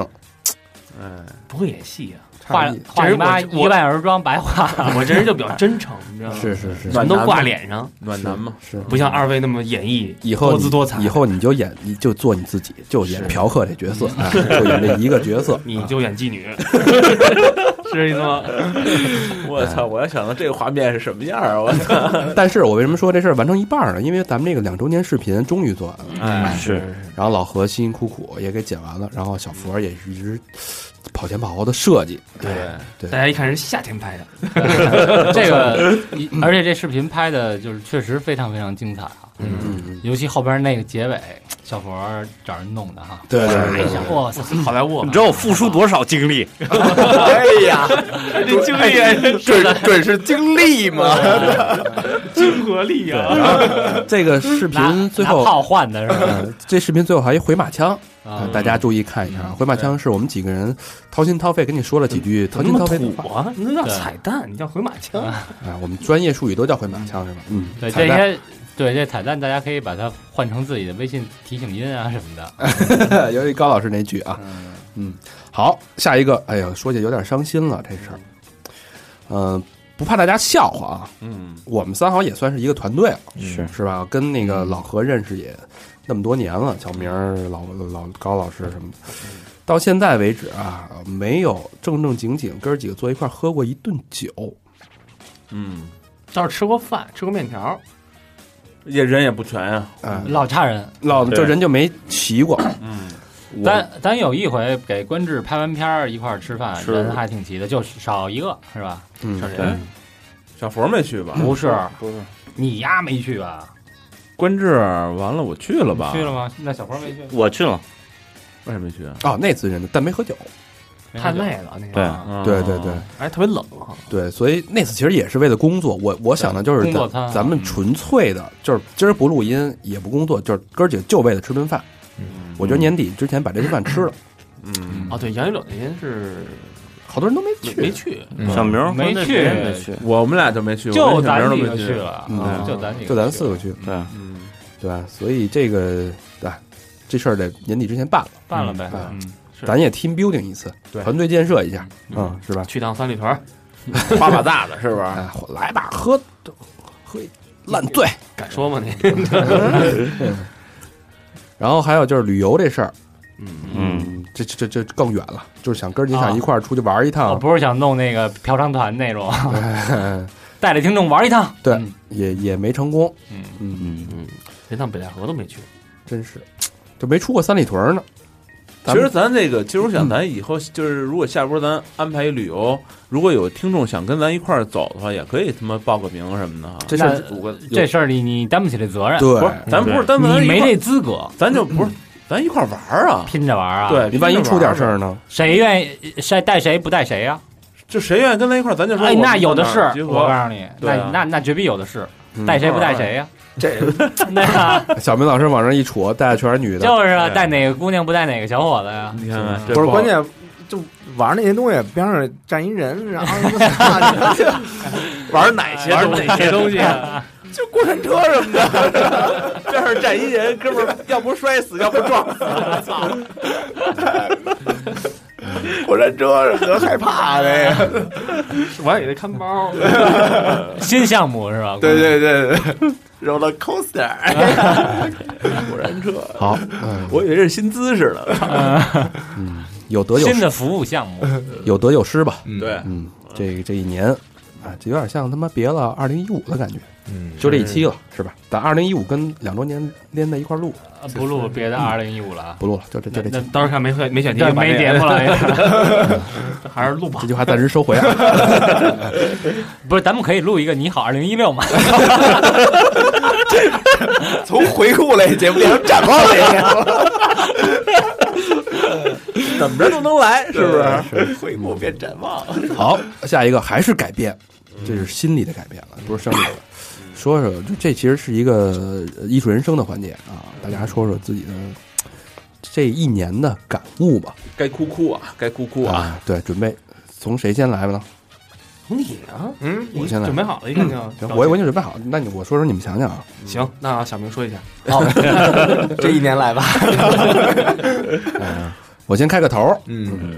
Speaker 6: 哎，
Speaker 5: 不会演戏啊，
Speaker 9: 画
Speaker 4: 差一
Speaker 9: 画你妈
Speaker 5: 这是我
Speaker 9: 一万儿妆 白画，
Speaker 5: 我这人就比较真诚，你知道吗？
Speaker 4: 是是是
Speaker 5: 全都挂脸上，
Speaker 6: 暖男嘛，
Speaker 4: 是，
Speaker 5: 不像二位那么演绎，
Speaker 4: 以后
Speaker 5: 多
Speaker 4: 你
Speaker 5: 姿多彩。
Speaker 4: 以后你就演，你就做你自己，就演
Speaker 5: 是。
Speaker 4: 嫖客这角色，哎就演这一个角色
Speaker 5: 你就演妓 女，是这意思吗？
Speaker 6: 我操！我要想到这个画面是什么样儿，我操！
Speaker 4: 但是我为什么说这事儿完成一半儿呢？因为咱们这个两周年视频终于做完了，
Speaker 6: 哎，
Speaker 7: 是
Speaker 4: 然后老何辛辛苦苦也给剪完了，然后小佛儿也是一直跑前跑后的设计，
Speaker 5: 对
Speaker 4: 对
Speaker 5: 大家一看是夏天拍的，
Speaker 9: 这个，一而且这视频拍的就是确实非常非常精彩啊，
Speaker 4: 嗯嗯，
Speaker 9: 尤其后边那个结尾，小佛儿找人弄的哈，
Speaker 4: 对对
Speaker 9: 哎
Speaker 4: 对
Speaker 9: 呀，我 操，
Speaker 5: 好莱坞
Speaker 7: 你知道我付出多少精力？
Speaker 8: 哎呀，
Speaker 5: 这经历啊，
Speaker 8: 准准是经 历嘛，
Speaker 5: 亲和力啊，
Speaker 4: 这个视频
Speaker 9: 拿
Speaker 4: 最
Speaker 9: 拿
Speaker 4: 后，
Speaker 9: 炮换的 是吧？
Speaker 4: 嗯，这视频最后还有一回马枪，呃
Speaker 9: 啊，
Speaker 4: 大家注意看一
Speaker 5: 嗯
Speaker 4: 下啊，回马枪是我们几个人掏心掏肺跟你说了几句掏
Speaker 5: 那
Speaker 4: 心
Speaker 5: 么
Speaker 4: 掏肺的
Speaker 5: 土
Speaker 4: 话
Speaker 5: 啊，那叫
Speaker 9: 对
Speaker 5: 彩蛋，你叫回马枪，
Speaker 4: 啊，我们专业术语都叫回马枪是吧？嗯，
Speaker 9: 对
Speaker 4: 彩
Speaker 9: 这
Speaker 4: 蛋
Speaker 9: 些。对这彩蛋，大家可以把它换成自己的微信提醒音啊什么 的。
Speaker 4: 由于高老师那句啊，嗯，好，下一个，哎呀，说起有点伤心了这事儿，嗯，不怕大家笑话啊，
Speaker 6: 嗯，
Speaker 4: 我们三好也算是一个团队了，
Speaker 7: 是
Speaker 4: 是吧？跟那
Speaker 6: 嗯
Speaker 4: 个老何认识也那么多年了，小明儿、老老高老师什么的，到现在为止啊，没有正正经经哥儿几个坐一块儿喝过一顿酒，
Speaker 6: 嗯，
Speaker 5: 倒是吃过饭，吃过面条，
Speaker 6: 也人也不全呀，
Speaker 4: 哎，
Speaker 9: 老差人，
Speaker 4: 老
Speaker 6: 嗯对
Speaker 4: 这人就没齐过，
Speaker 6: 嗯，
Speaker 4: 我
Speaker 9: 咱咱有一回给关志拍完片儿一块儿吃饭，
Speaker 6: 是
Speaker 9: 人还挺齐的，就少一个是吧？
Speaker 4: 嗯
Speaker 5: 少，
Speaker 6: 对
Speaker 5: 人，
Speaker 6: 小佛没去吧？
Speaker 9: 不是，
Speaker 6: 不是，
Speaker 9: 你丫没去吧？
Speaker 6: 关志完了，我去了吧？
Speaker 9: 去了？吗？那小佛没去，
Speaker 7: 我去了，
Speaker 6: 为什么没去啊？
Speaker 4: 哦，那次人的，但没喝酒，
Speaker 5: 太累了那
Speaker 7: 对
Speaker 5: 个，
Speaker 6: 嗯
Speaker 4: 对对对，
Speaker 5: 哎，特别冷啊，
Speaker 4: 对，所以那次其实也是为了工作。我我想的就是
Speaker 9: 工作
Speaker 4: 咱
Speaker 9: 餐
Speaker 4: 咱们纯粹的，就是今儿不录音也不工作，就是哥儿几个就为了吃顿饭。我觉得年底之前把这顿饭吃了，
Speaker 6: 嗯，
Speaker 5: 哦，对，杨一柳那天是
Speaker 4: 好多人都没
Speaker 5: 没
Speaker 4: 去。
Speaker 5: 没去，
Speaker 9: 嗯
Speaker 1: 啊
Speaker 7: 小明儿
Speaker 9: 没
Speaker 7: 和那
Speaker 9: 去
Speaker 7: 谁也没去，
Speaker 6: 我们俩就没去，
Speaker 9: 就
Speaker 6: 我跟小
Speaker 9: 咱
Speaker 6: 明
Speaker 9: 几
Speaker 6: 都
Speaker 9: 个
Speaker 6: 没
Speaker 9: 去。了，
Speaker 4: 嗯
Speaker 9: 啊就咱几个，
Speaker 4: 就咱四个去，
Speaker 7: 对，
Speaker 6: 嗯，
Speaker 4: 啊对吧？所以这个对吧，这事儿得年底之前办了。
Speaker 9: 办了呗。
Speaker 4: 嗯
Speaker 9: 嗯，
Speaker 4: 咱也 team building 一次，
Speaker 6: 对
Speaker 4: 团队建设一下，嗯，是吧？
Speaker 5: 去趟三里屯儿，
Speaker 6: 花把大的是不是？
Speaker 4: 哎，来吧，喝喝一烂醉。
Speaker 5: 敢说吗你？
Speaker 4: 然后还有就是旅游这事儿，
Speaker 7: 嗯，
Speaker 4: 这这这这更远了，就是想跟着你想一块儿出去玩一
Speaker 9: 我
Speaker 4: 趟，
Speaker 9: 不是想弄那个嫖娼团那种，
Speaker 4: 哎
Speaker 9: 带着听众玩一趟。
Speaker 4: 对，
Speaker 6: 嗯
Speaker 4: 也也没成功，
Speaker 9: 嗯
Speaker 4: 嗯，
Speaker 7: 嗯，
Speaker 5: 连趟北戴河都没去，
Speaker 4: 真是就没出过三里屯呢。
Speaker 6: 其
Speaker 4: 咱们
Speaker 6: 实咱这个，其实我想，咱以后就是如果下波咱安排一旅游，如果有听众想跟咱一块儿走的话，也可以他妈报个名什么的哈。
Speaker 4: 这事儿
Speaker 6: 五个
Speaker 9: 这事儿你你担不起这责任，
Speaker 6: 不
Speaker 4: 对
Speaker 6: 是，，咱不是单门
Speaker 9: 你没这，资格
Speaker 6: 咱就不是，咱一块儿玩儿啊。
Speaker 9: 拼着玩啊。，
Speaker 6: 对
Speaker 4: 你万一出点事，
Speaker 6: 拼着玩
Speaker 4: 儿呢？
Speaker 9: 谁愿意谁带谁不带谁呀？
Speaker 6: 就谁愿意跟咱一块儿，咱就说
Speaker 9: 哎，
Speaker 6: 我们
Speaker 9: 那有的
Speaker 6: 到
Speaker 9: 是
Speaker 6: 哪儿集，
Speaker 9: 我
Speaker 6: 合。
Speaker 9: 告诉你，那
Speaker 6: 对啊
Speaker 9: 那那绝逼有的是
Speaker 4: 嗯，
Speaker 9: 带谁不带谁呀？
Speaker 8: 这
Speaker 9: 那啊
Speaker 4: 小明老师往上一杵，带的全是女的，
Speaker 9: 就是啊
Speaker 6: 对
Speaker 9: 带哪个姑娘不带哪个小伙子呀？
Speaker 6: 你看看，这
Speaker 8: 不是
Speaker 6: 好
Speaker 8: 关，键，就玩那些东西，边上站一人，然后 玩哪些
Speaker 5: 玩哪些东西啊？
Speaker 8: 就过山车什么的，边上站一人，哥们儿要不摔死，要不撞死，我操！过山车什么的，害怕那个。
Speaker 5: 我还以为看包呢。
Speaker 9: 新项目是吧？
Speaker 8: 对对对对对，roller coaster，
Speaker 6: 过山车，
Speaker 4: 好，嗯
Speaker 6: 我以为是新 姿势呢。
Speaker 4: 有得有
Speaker 9: 新
Speaker 4: 失，
Speaker 9: 的服务项目，啊
Speaker 4: 有得有失吧。
Speaker 6: 对，
Speaker 4: 嗯，这这一年啊，这有点像他妈别了二零一五的感觉，
Speaker 2: 嗯，
Speaker 4: 就这一期了，是吧？咱二零一五跟两周年连在一块儿录，
Speaker 9: 呃不录别的二零一五了啊，
Speaker 4: 不录了，就这就
Speaker 5: 那
Speaker 4: 这
Speaker 5: 那
Speaker 4: 期，
Speaker 5: 当时看没选没选题，
Speaker 9: 对，没节目，了。
Speaker 5: 还是录吧
Speaker 4: 这。句话暂时收回 啊。
Speaker 9: 不是，咱们可以录一个《你好二零一 六》嘛？
Speaker 8: 从回顾类节目变成展望类节目了，
Speaker 6: 怎么着都能 来，是不是？
Speaker 8: 是？回顾变展望，
Speaker 4: 好，下一个还是改变，这是心理的改变了，不是生理的。说说，就这其实是一个呃艺术人生的环节啊，大家说说自己的这一年的感悟吧。
Speaker 6: 该哭哭啊，该哭哭啊。
Speaker 4: 啊，对，准备从谁先来呢？
Speaker 5: 你呢？
Speaker 8: 嗯，
Speaker 5: 你
Speaker 4: 我先来
Speaker 5: 准备好了，一看
Speaker 6: 嗯
Speaker 5: 就
Speaker 4: 行，我我已经准备好了，那你我说说你们想想啊。
Speaker 5: 行。那小明说一下，
Speaker 8: 好，这一年来吧，
Speaker 4: 我先开个头儿，
Speaker 8: 嗯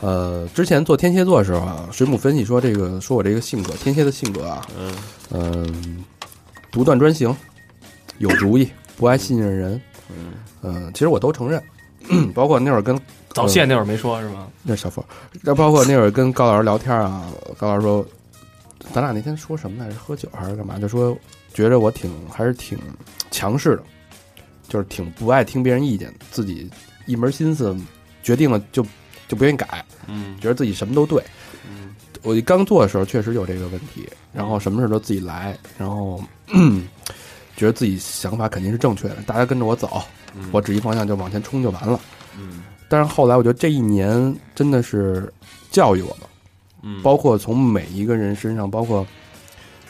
Speaker 4: 呃，之前做天蝎座的时候啊，水母分析说这个说我这个性格，天蝎的性格啊，
Speaker 6: 嗯
Speaker 4: 嗯，独断专行，有主意，不爱信任人，
Speaker 6: 嗯
Speaker 4: 嗯、其实我都承认，包括那会儿跟
Speaker 6: 嗯
Speaker 5: 早泄那会儿没说是吗？
Speaker 4: 那小佛，那包括那会儿跟高老师聊天啊，高老师说，咱俩那天说什么来着？喝酒还是干嘛？就说觉着我挺还是挺强势的，就是挺不爱听别人意见，自己一门心思决定了就就不愿意改，
Speaker 6: 嗯
Speaker 4: 觉得自己什么都对。
Speaker 6: 嗯
Speaker 4: 我刚做的时候确实有这个问题，然后什么事都自己来，然后 觉得自己想法肯定是正确的，大家跟着我走，
Speaker 6: 嗯
Speaker 4: 我指一方向就往前冲就完了。
Speaker 6: 嗯
Speaker 4: 但是后来我觉得这一年真的是教育我了，
Speaker 6: 嗯，
Speaker 4: 包括从每一个人身上，包括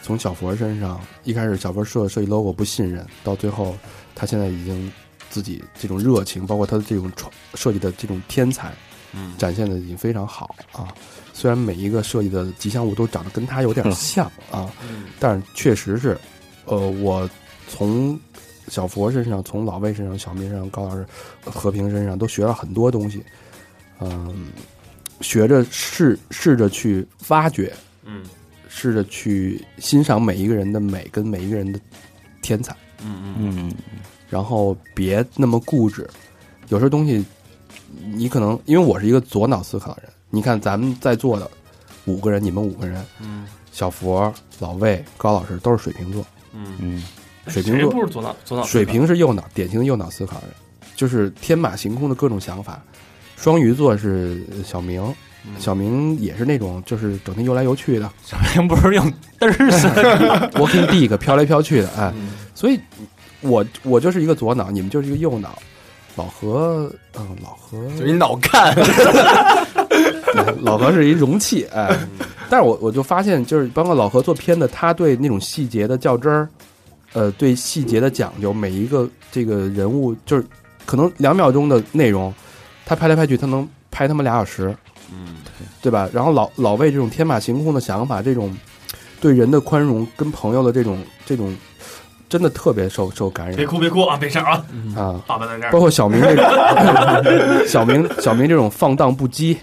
Speaker 4: 从小佛身上，一开始小佛设设计 logo 不信任，到最后他现在已经自己这种热情，包括他的这种创设计的这种天才，
Speaker 6: 嗯
Speaker 4: 展现的已经非常好啊。虽然每一个设计的吉祥物都长得跟他有点像啊，
Speaker 6: 嗯
Speaker 4: 但是确实是，呃，我从小佛身上、从老魏身上、小明身上、高老师、和平身上都学了很多东西，嗯，学着试试着去挖掘，
Speaker 6: 嗯
Speaker 4: 试着去欣赏每一个人的美跟每一个人的天才。
Speaker 6: 嗯嗯
Speaker 7: 嗯，
Speaker 4: 然后别那么固执。有些东西，你可能因为我是一个左脑思考的人，你看咱们在座的五个人，你们五个人，
Speaker 5: 哎
Speaker 6: 嗯
Speaker 4: 小佛、老魏、高老师都是水瓶座，
Speaker 6: 嗯
Speaker 7: 嗯，
Speaker 4: 水瓶
Speaker 5: 谁
Speaker 4: 座
Speaker 5: 不是左脑
Speaker 6: 哦
Speaker 5: 左脑
Speaker 4: 水瓶是右脑，典型的右脑思考的人，就是天马行空的各种想法。双鱼座是小明，
Speaker 6: 嗯，
Speaker 4: 小明也是那种就是整天游来游去 的
Speaker 9: 小明不是用嘚儿 死
Speaker 4: ，walking dig 飘来飘去的，哎，
Speaker 6: 嗯
Speaker 4: 所以我我就是一个左脑，你们就是一个右脑。老何，嗯，老何
Speaker 8: 就一脑干，
Speaker 4: 老何是一容器，哎，但是我我就发现，就是包括老何做片的，他对那种细节的较真儿，呃，对细节的讲究，每一个这个人物，就是可能两秒钟的内容，他拍来拍去，他能拍他妈俩小时，
Speaker 6: 嗯
Speaker 4: 对吧？然后老老魏这种天马行空的想法，这种对人的宽容跟朋友的这种这种真的特别受受感
Speaker 5: 别
Speaker 4: 染
Speaker 5: 哭别哭啊，别事儿啊，
Speaker 4: 啊，
Speaker 5: 爸爸在这 儿
Speaker 4: 包。括小明这种 小明小明这种放荡不羁，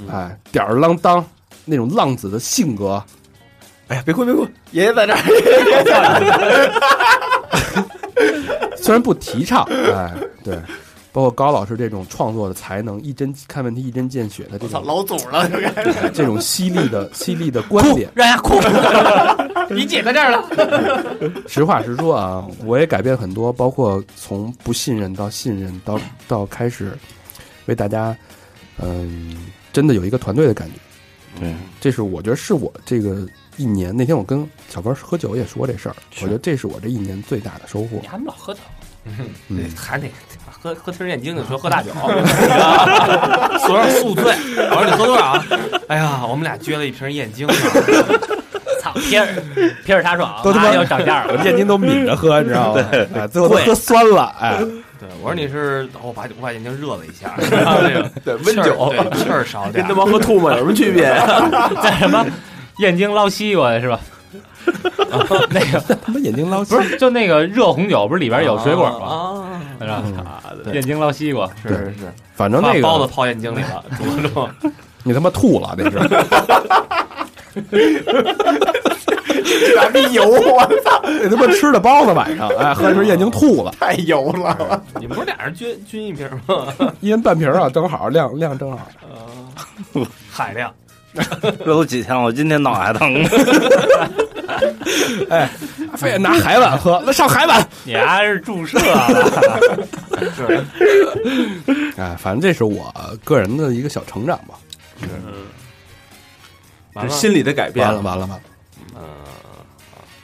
Speaker 8: 嗯
Speaker 4: 哎，吊儿郎当那种浪子的性格，
Speaker 8: 哎呀，别哭别哭，爷爷在这儿。
Speaker 4: 虽然不提倡，哎，对，包括高老师这种创作的才能，一针看问题一针见血的这
Speaker 8: 我操，
Speaker 4: 种
Speaker 8: 老祖 了，这个
Speaker 4: 这种犀利的犀利的观点，
Speaker 9: 让人家哎哭，你姐在这儿了，
Speaker 4: 实话实说啊，我也改变很多，包括从不信任到信任到，到开始为大家，嗯、真的有一个团队的感觉。
Speaker 7: 对，
Speaker 4: 这是我觉得是我这个一年。那天我跟小哥喝酒也说这事儿，我觉得这是我这一年最大的收获
Speaker 9: 你。还老喝酒，
Speaker 4: 嗯
Speaker 5: 对，还得喝喝听人眼睛的时候喝大酒，所有人宿醉。我说你喝多少啊？哎呀，我们俩撅了一瓶燕京啊呢。
Speaker 9: 操，皮尔皮尔茶爽，啊
Speaker 4: 都他妈
Speaker 9: 妈又涨价 了，
Speaker 4: 燕京都抿着喝，你知道吗？哎，最后都
Speaker 9: 贵
Speaker 4: 喝酸了，哎，
Speaker 5: 对，我说你是，我把我把眼睛热了一下，对，温酒，对，气儿少点
Speaker 8: 跟。他妈喝吐沫有什么区别？
Speaker 9: 在什么燕京捞西瓜是吧？那个
Speaker 4: 他妈眼睛捞
Speaker 9: 不是，就那个热红酒，不是里边有水果吗？
Speaker 5: 啊，
Speaker 9: 是吧？
Speaker 5: 对
Speaker 9: 燕京捞西瓜，
Speaker 5: 是是是，
Speaker 4: 反正
Speaker 5: 把
Speaker 4: 那
Speaker 5: 包
Speaker 4: 个
Speaker 5: 子泡眼睛里了，怎么着？
Speaker 4: 你他妈吐了，那 是
Speaker 8: 傻逼油，我
Speaker 4: 那他妈吃的包子晚上，哎，喝的时候燕京吐了，
Speaker 8: 太油了。
Speaker 5: 你们不是俩人均均一瓶吗？
Speaker 4: 一人半瓶儿啊，正好量量正好。
Speaker 5: 海量，
Speaker 7: 这都几天了，我今天脑还 疼。
Speaker 4: 非得拿海碗喝，那上海碗。
Speaker 9: 你还是注射了，
Speaker 4: 哎，反正这 是我个人的一个小成长吧。
Speaker 5: 完
Speaker 6: 这
Speaker 5: 了，
Speaker 6: 心理的改变
Speaker 4: 完了，完了完了，
Speaker 5: 嗯，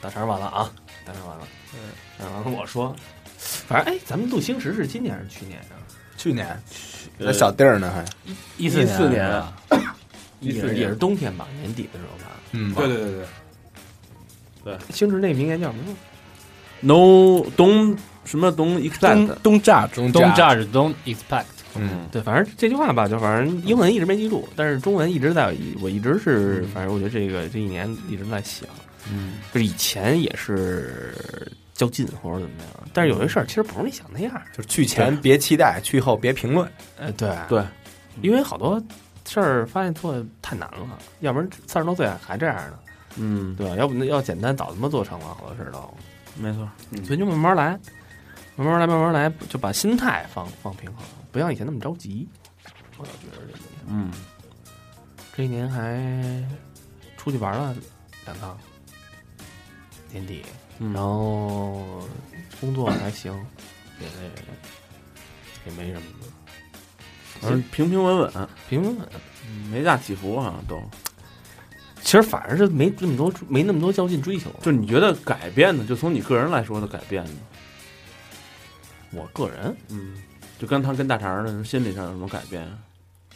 Speaker 5: 大肠完了啊，大肠完了，嗯，嗯，我说，反正哎，咱们录星驰是今年还是去年啊？
Speaker 8: 去年
Speaker 6: 呃
Speaker 8: 那小弟儿呢还？
Speaker 9: 一
Speaker 6: 四年
Speaker 9: 年啊，
Speaker 5: 也是也是冬天吧，年底的时候吧。
Speaker 8: 嗯，
Speaker 4: 对对对，
Speaker 5: 星驰那名言叫什么？
Speaker 6: No don't 什么 don't
Speaker 4: 东
Speaker 6: expect
Speaker 4: 东栅中
Speaker 9: 东 judge don't expect，
Speaker 6: 嗯，
Speaker 5: 对，反正这句话吧，就反正英文一直没记住，但是中文一直在，我一直是，反正我觉得这个这一年一直在想，嗯，就是以前也是较劲或者怎么样，但是有些事儿其实不是你想那样，
Speaker 8: 就是去前别期待，去后别评论。
Speaker 5: 呃，对
Speaker 6: 对，
Speaker 5: 因为好多事儿发现做得太难了，要不然三十多岁还这样呢，
Speaker 6: 嗯，
Speaker 5: 对吧？要不那要简单早他妈做成了，好多事儿都。
Speaker 6: 没错，
Speaker 5: 所以就慢慢来，慢慢来，慢慢来，就把心态放放平衡，不像以前那么着急。我倒觉得这一年，
Speaker 6: 嗯，
Speaker 5: 这一年还出去玩了两趟，年底，
Speaker 6: 嗯
Speaker 5: 然后工作还行，也也没什么，
Speaker 6: 反正平嗯平稳稳，嗯
Speaker 5: 平平稳稳。
Speaker 6: 没大起伏好像都。
Speaker 5: 其实反而是没那么多，没那么多较劲追求。
Speaker 6: 就你觉得改变呢？就从你个人来说的改变呢？
Speaker 5: 我个人
Speaker 6: 嗯，就刚他跟大肠儿的心理上有什么改变？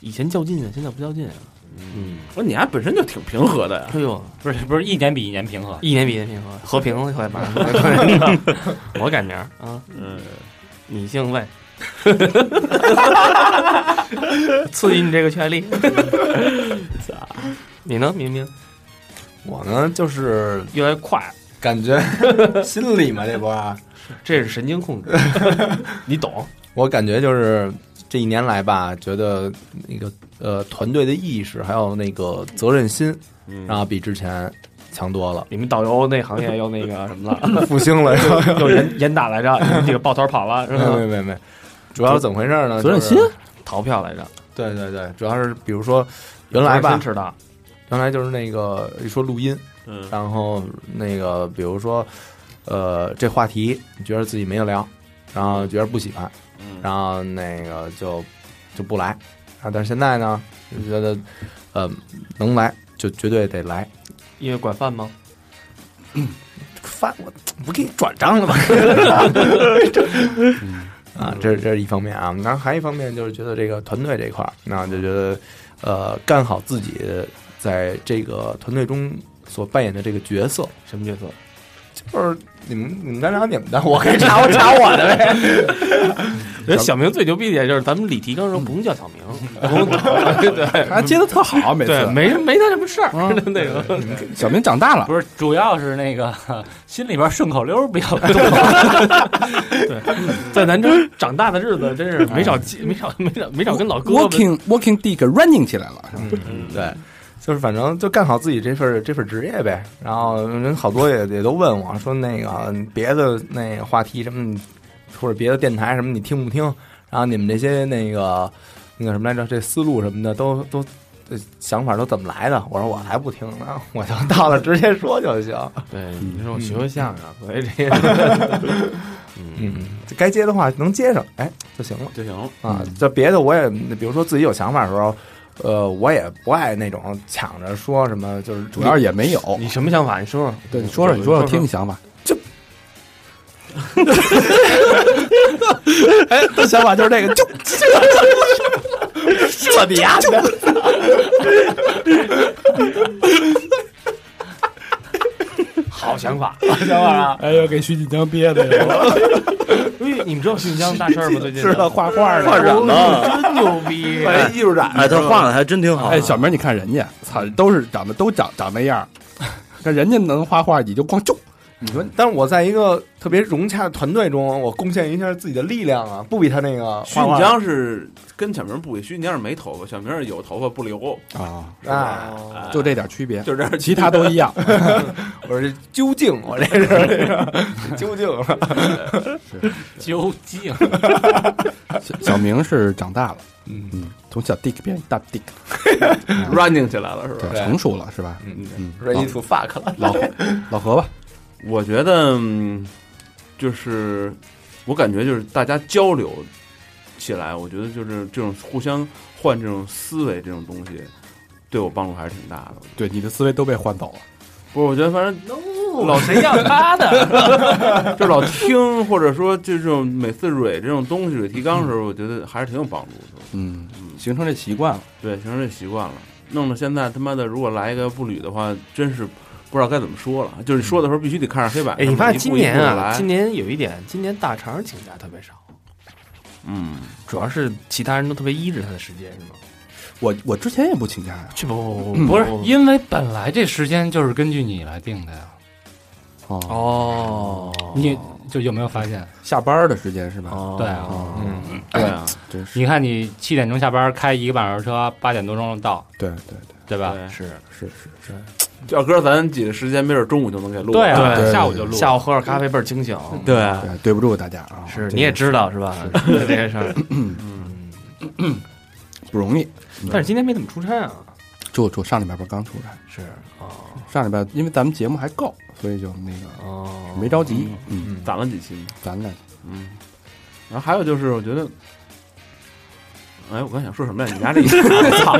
Speaker 5: 以前较劲啊，现在不较劲啊。嗯，
Speaker 6: 我说哦你还本身就挺平和的呀。
Speaker 5: 哎呦，
Speaker 9: 不是不是一年比一年平和，
Speaker 5: 一年比一年平和，和平了，快把 我改名儿啊。
Speaker 6: 嗯，
Speaker 5: 你姓魏，刺激你这个权利。你呢，明明
Speaker 8: 我呢，就是
Speaker 5: 越来越快，啊
Speaker 8: 感觉 心里嘛，这不啊，
Speaker 5: 这是神经控 制，你懂？，
Speaker 8: 我感觉就是这一年来吧，觉得那个呃团队的意识还有那个责任心，然后比之前强多了
Speaker 5: 你们导游那行业又那个什么了，
Speaker 8: 复兴了。
Speaker 5: 又严严打来着，你们这个抱团跑了是
Speaker 8: 没有没
Speaker 5: 吧？
Speaker 8: 有没有没有， 主要是怎么回事呢？
Speaker 4: 责任
Speaker 8: 就是
Speaker 4: 心，
Speaker 5: 逃票来着，
Speaker 8: 对对对，主要是比如说原来
Speaker 5: 真
Speaker 8: 吧，
Speaker 5: 迟到，
Speaker 8: 原来就是那个一说录音，
Speaker 6: 嗯
Speaker 8: 然后那个比如说，呃，这话题你觉得自己没得聊，然后觉得不喜欢，
Speaker 6: 嗯
Speaker 8: 然后那个就就不来，然后但是现在呢，就觉得呃能来就绝对得来，
Speaker 5: 因为管饭 吗？
Speaker 8: 饭我不给你转账了吗？啊，这这是一方面啊，然后还一方面就是觉得这个团队这一块儿，那就觉得呃干好自己在这个团队中所扮演的这个角色，
Speaker 5: 什么角色？
Speaker 8: 就是你们你们该查你们的，我该查我查我的呗。
Speaker 5: 人小明最牛逼的一点就是咱们李提纲时候不用叫小明，
Speaker 4: 他接的特好，每
Speaker 5: 对，
Speaker 4: 次。
Speaker 5: 没没他什么事儿， 那种。
Speaker 4: 小明长大 了，
Speaker 9: 不是，主要是那个 心里边顺口溜比 较多。
Speaker 5: 在南州长大的日子，真
Speaker 9: 哎
Speaker 5: 是没少接，没少没少没少跟老哥们
Speaker 4: walking walking dick running 起来了，
Speaker 8: 对，就是反正就干好自己这份儿这份儿职业呗。然后人好多也也都问我说，那个别的那个话题什么，你或者别的电台什么，你听不听？然后你们这些那个那个什么来着，这思路什么的，都都这想法都怎么来的？我说我才不听呢，我就到了直 接说就行。
Speaker 5: 对，你说我学过相
Speaker 8: 啊
Speaker 5: 声，所以这
Speaker 8: 嗯，这该接的话能接上，哎就行了。
Speaker 6: 就行了。
Speaker 8: 啊，这别的我也，比如说自己有想法的时候，呃，我也不爱那种抢着说什么，就是
Speaker 4: 主要是也没有。
Speaker 5: 你什么想法？你说说。
Speaker 4: 对，你说说，你说说，听你想法。
Speaker 8: 哎，的想法就是这个，就彻底丫的，
Speaker 5: 好想法。
Speaker 2: 哎呦，给徐锦江憋的呀！
Speaker 5: 哎，你们知道新疆大事儿吗？ 最近
Speaker 8: 知道画画
Speaker 7: 画
Speaker 8: 的，
Speaker 7: 展了，
Speaker 5: 真牛逼！
Speaker 8: 办艺术展
Speaker 7: 哎，他画的还真挺好。
Speaker 4: 哎，小明，你看人家，操，都是长得都长长那样儿，看人家能画画，你就光就
Speaker 8: 但是我在一个特别融洽的团队中，我贡献一下自己的力量啊，不比他那个
Speaker 6: 徐
Speaker 8: 画
Speaker 6: 锦
Speaker 8: 画
Speaker 6: 江是跟小明不一，徐锦江是没头发，小明是有头发不留，
Speaker 4: 啊，
Speaker 8: 啊，
Speaker 4: 就这点区别，
Speaker 6: 就这样。
Speaker 4: 其他都一样。
Speaker 8: 我是究竟，我这是这是究竟了，
Speaker 9: 究竟
Speaker 4: 小小明是长大了，
Speaker 8: 嗯
Speaker 4: 嗯，从小 dick 变大 dick，嗯
Speaker 6: running 起来了是吧？
Speaker 4: 对，成熟了是吧？
Speaker 8: 嗯
Speaker 4: 嗯，
Speaker 8: ，ready to fuck 了，
Speaker 4: 老老老何吧，
Speaker 6: 我觉得嗯就是我感觉就是大家交流起来，我觉得就是这种互相换这种思维这种东西，对我帮助还是挺大的。
Speaker 4: 对，你的思维都被换走了。
Speaker 6: 不是，我觉得反正
Speaker 5: 老谁要他的？
Speaker 6: 就老听，或者说就这种每次蕊这种东西蕊提纲的
Speaker 5: 嗯
Speaker 6: 时候，我觉得还是挺有帮助的。
Speaker 4: 嗯，形成这习惯了。
Speaker 6: 对，形成这习惯了，弄得现在他妈的，如果来一个不捋的话，真是不知道该怎么说了。就是说的时候必须得看着黑板
Speaker 5: 哎，
Speaker 6: 上面
Speaker 5: 你
Speaker 6: 一步一步地来。
Speaker 5: 发现今年啊，今年有一点，今年大肠请假特别少，
Speaker 6: 嗯，
Speaker 5: 主要是其他人都特别依着他的时间，是 吗？
Speaker 4: 我我之前也不请假呀。
Speaker 5: 这不
Speaker 9: 不是因为本来这时间就是根据你来定的呀？
Speaker 4: 哦，
Speaker 5: 哦，
Speaker 9: 你就有没有发现？
Speaker 4: 下班的时间是吧？
Speaker 5: 哦
Speaker 9: 对啊，
Speaker 4: 嗯，
Speaker 6: 对啊，
Speaker 4: 真是。
Speaker 9: 你看你七点钟下班，开一个半小时车，八点多钟到，
Speaker 4: 对对对，
Speaker 9: 对吧？
Speaker 6: 对
Speaker 5: 是
Speaker 4: 是是是。
Speaker 6: 要搁咱几个时间，没准中午就能给录了。
Speaker 9: 对啊，
Speaker 4: 对
Speaker 9: 下午就录。
Speaker 5: 下午喝点咖啡倍儿清醒。
Speaker 6: 对啊，
Speaker 4: 对，对不住大家啊。
Speaker 5: 是，
Speaker 4: 这
Speaker 5: 你也
Speaker 4: 个
Speaker 5: 知道是吧？这个事儿。
Speaker 4: 不容易。
Speaker 5: 但是今天没怎么出差啊。
Speaker 4: 住住上礼拜不是刚出差，
Speaker 5: 是啊，
Speaker 4: 上礼拜因为咱们节目还够，所以就那个
Speaker 5: 哦，
Speaker 4: 没着急。嗯，
Speaker 8: 嗯，
Speaker 6: 攒了几期嘛。
Speaker 4: 咱俩
Speaker 6: 嗯，然后还有就是，我觉得，哎，我刚想说什么来着？你家这一 操，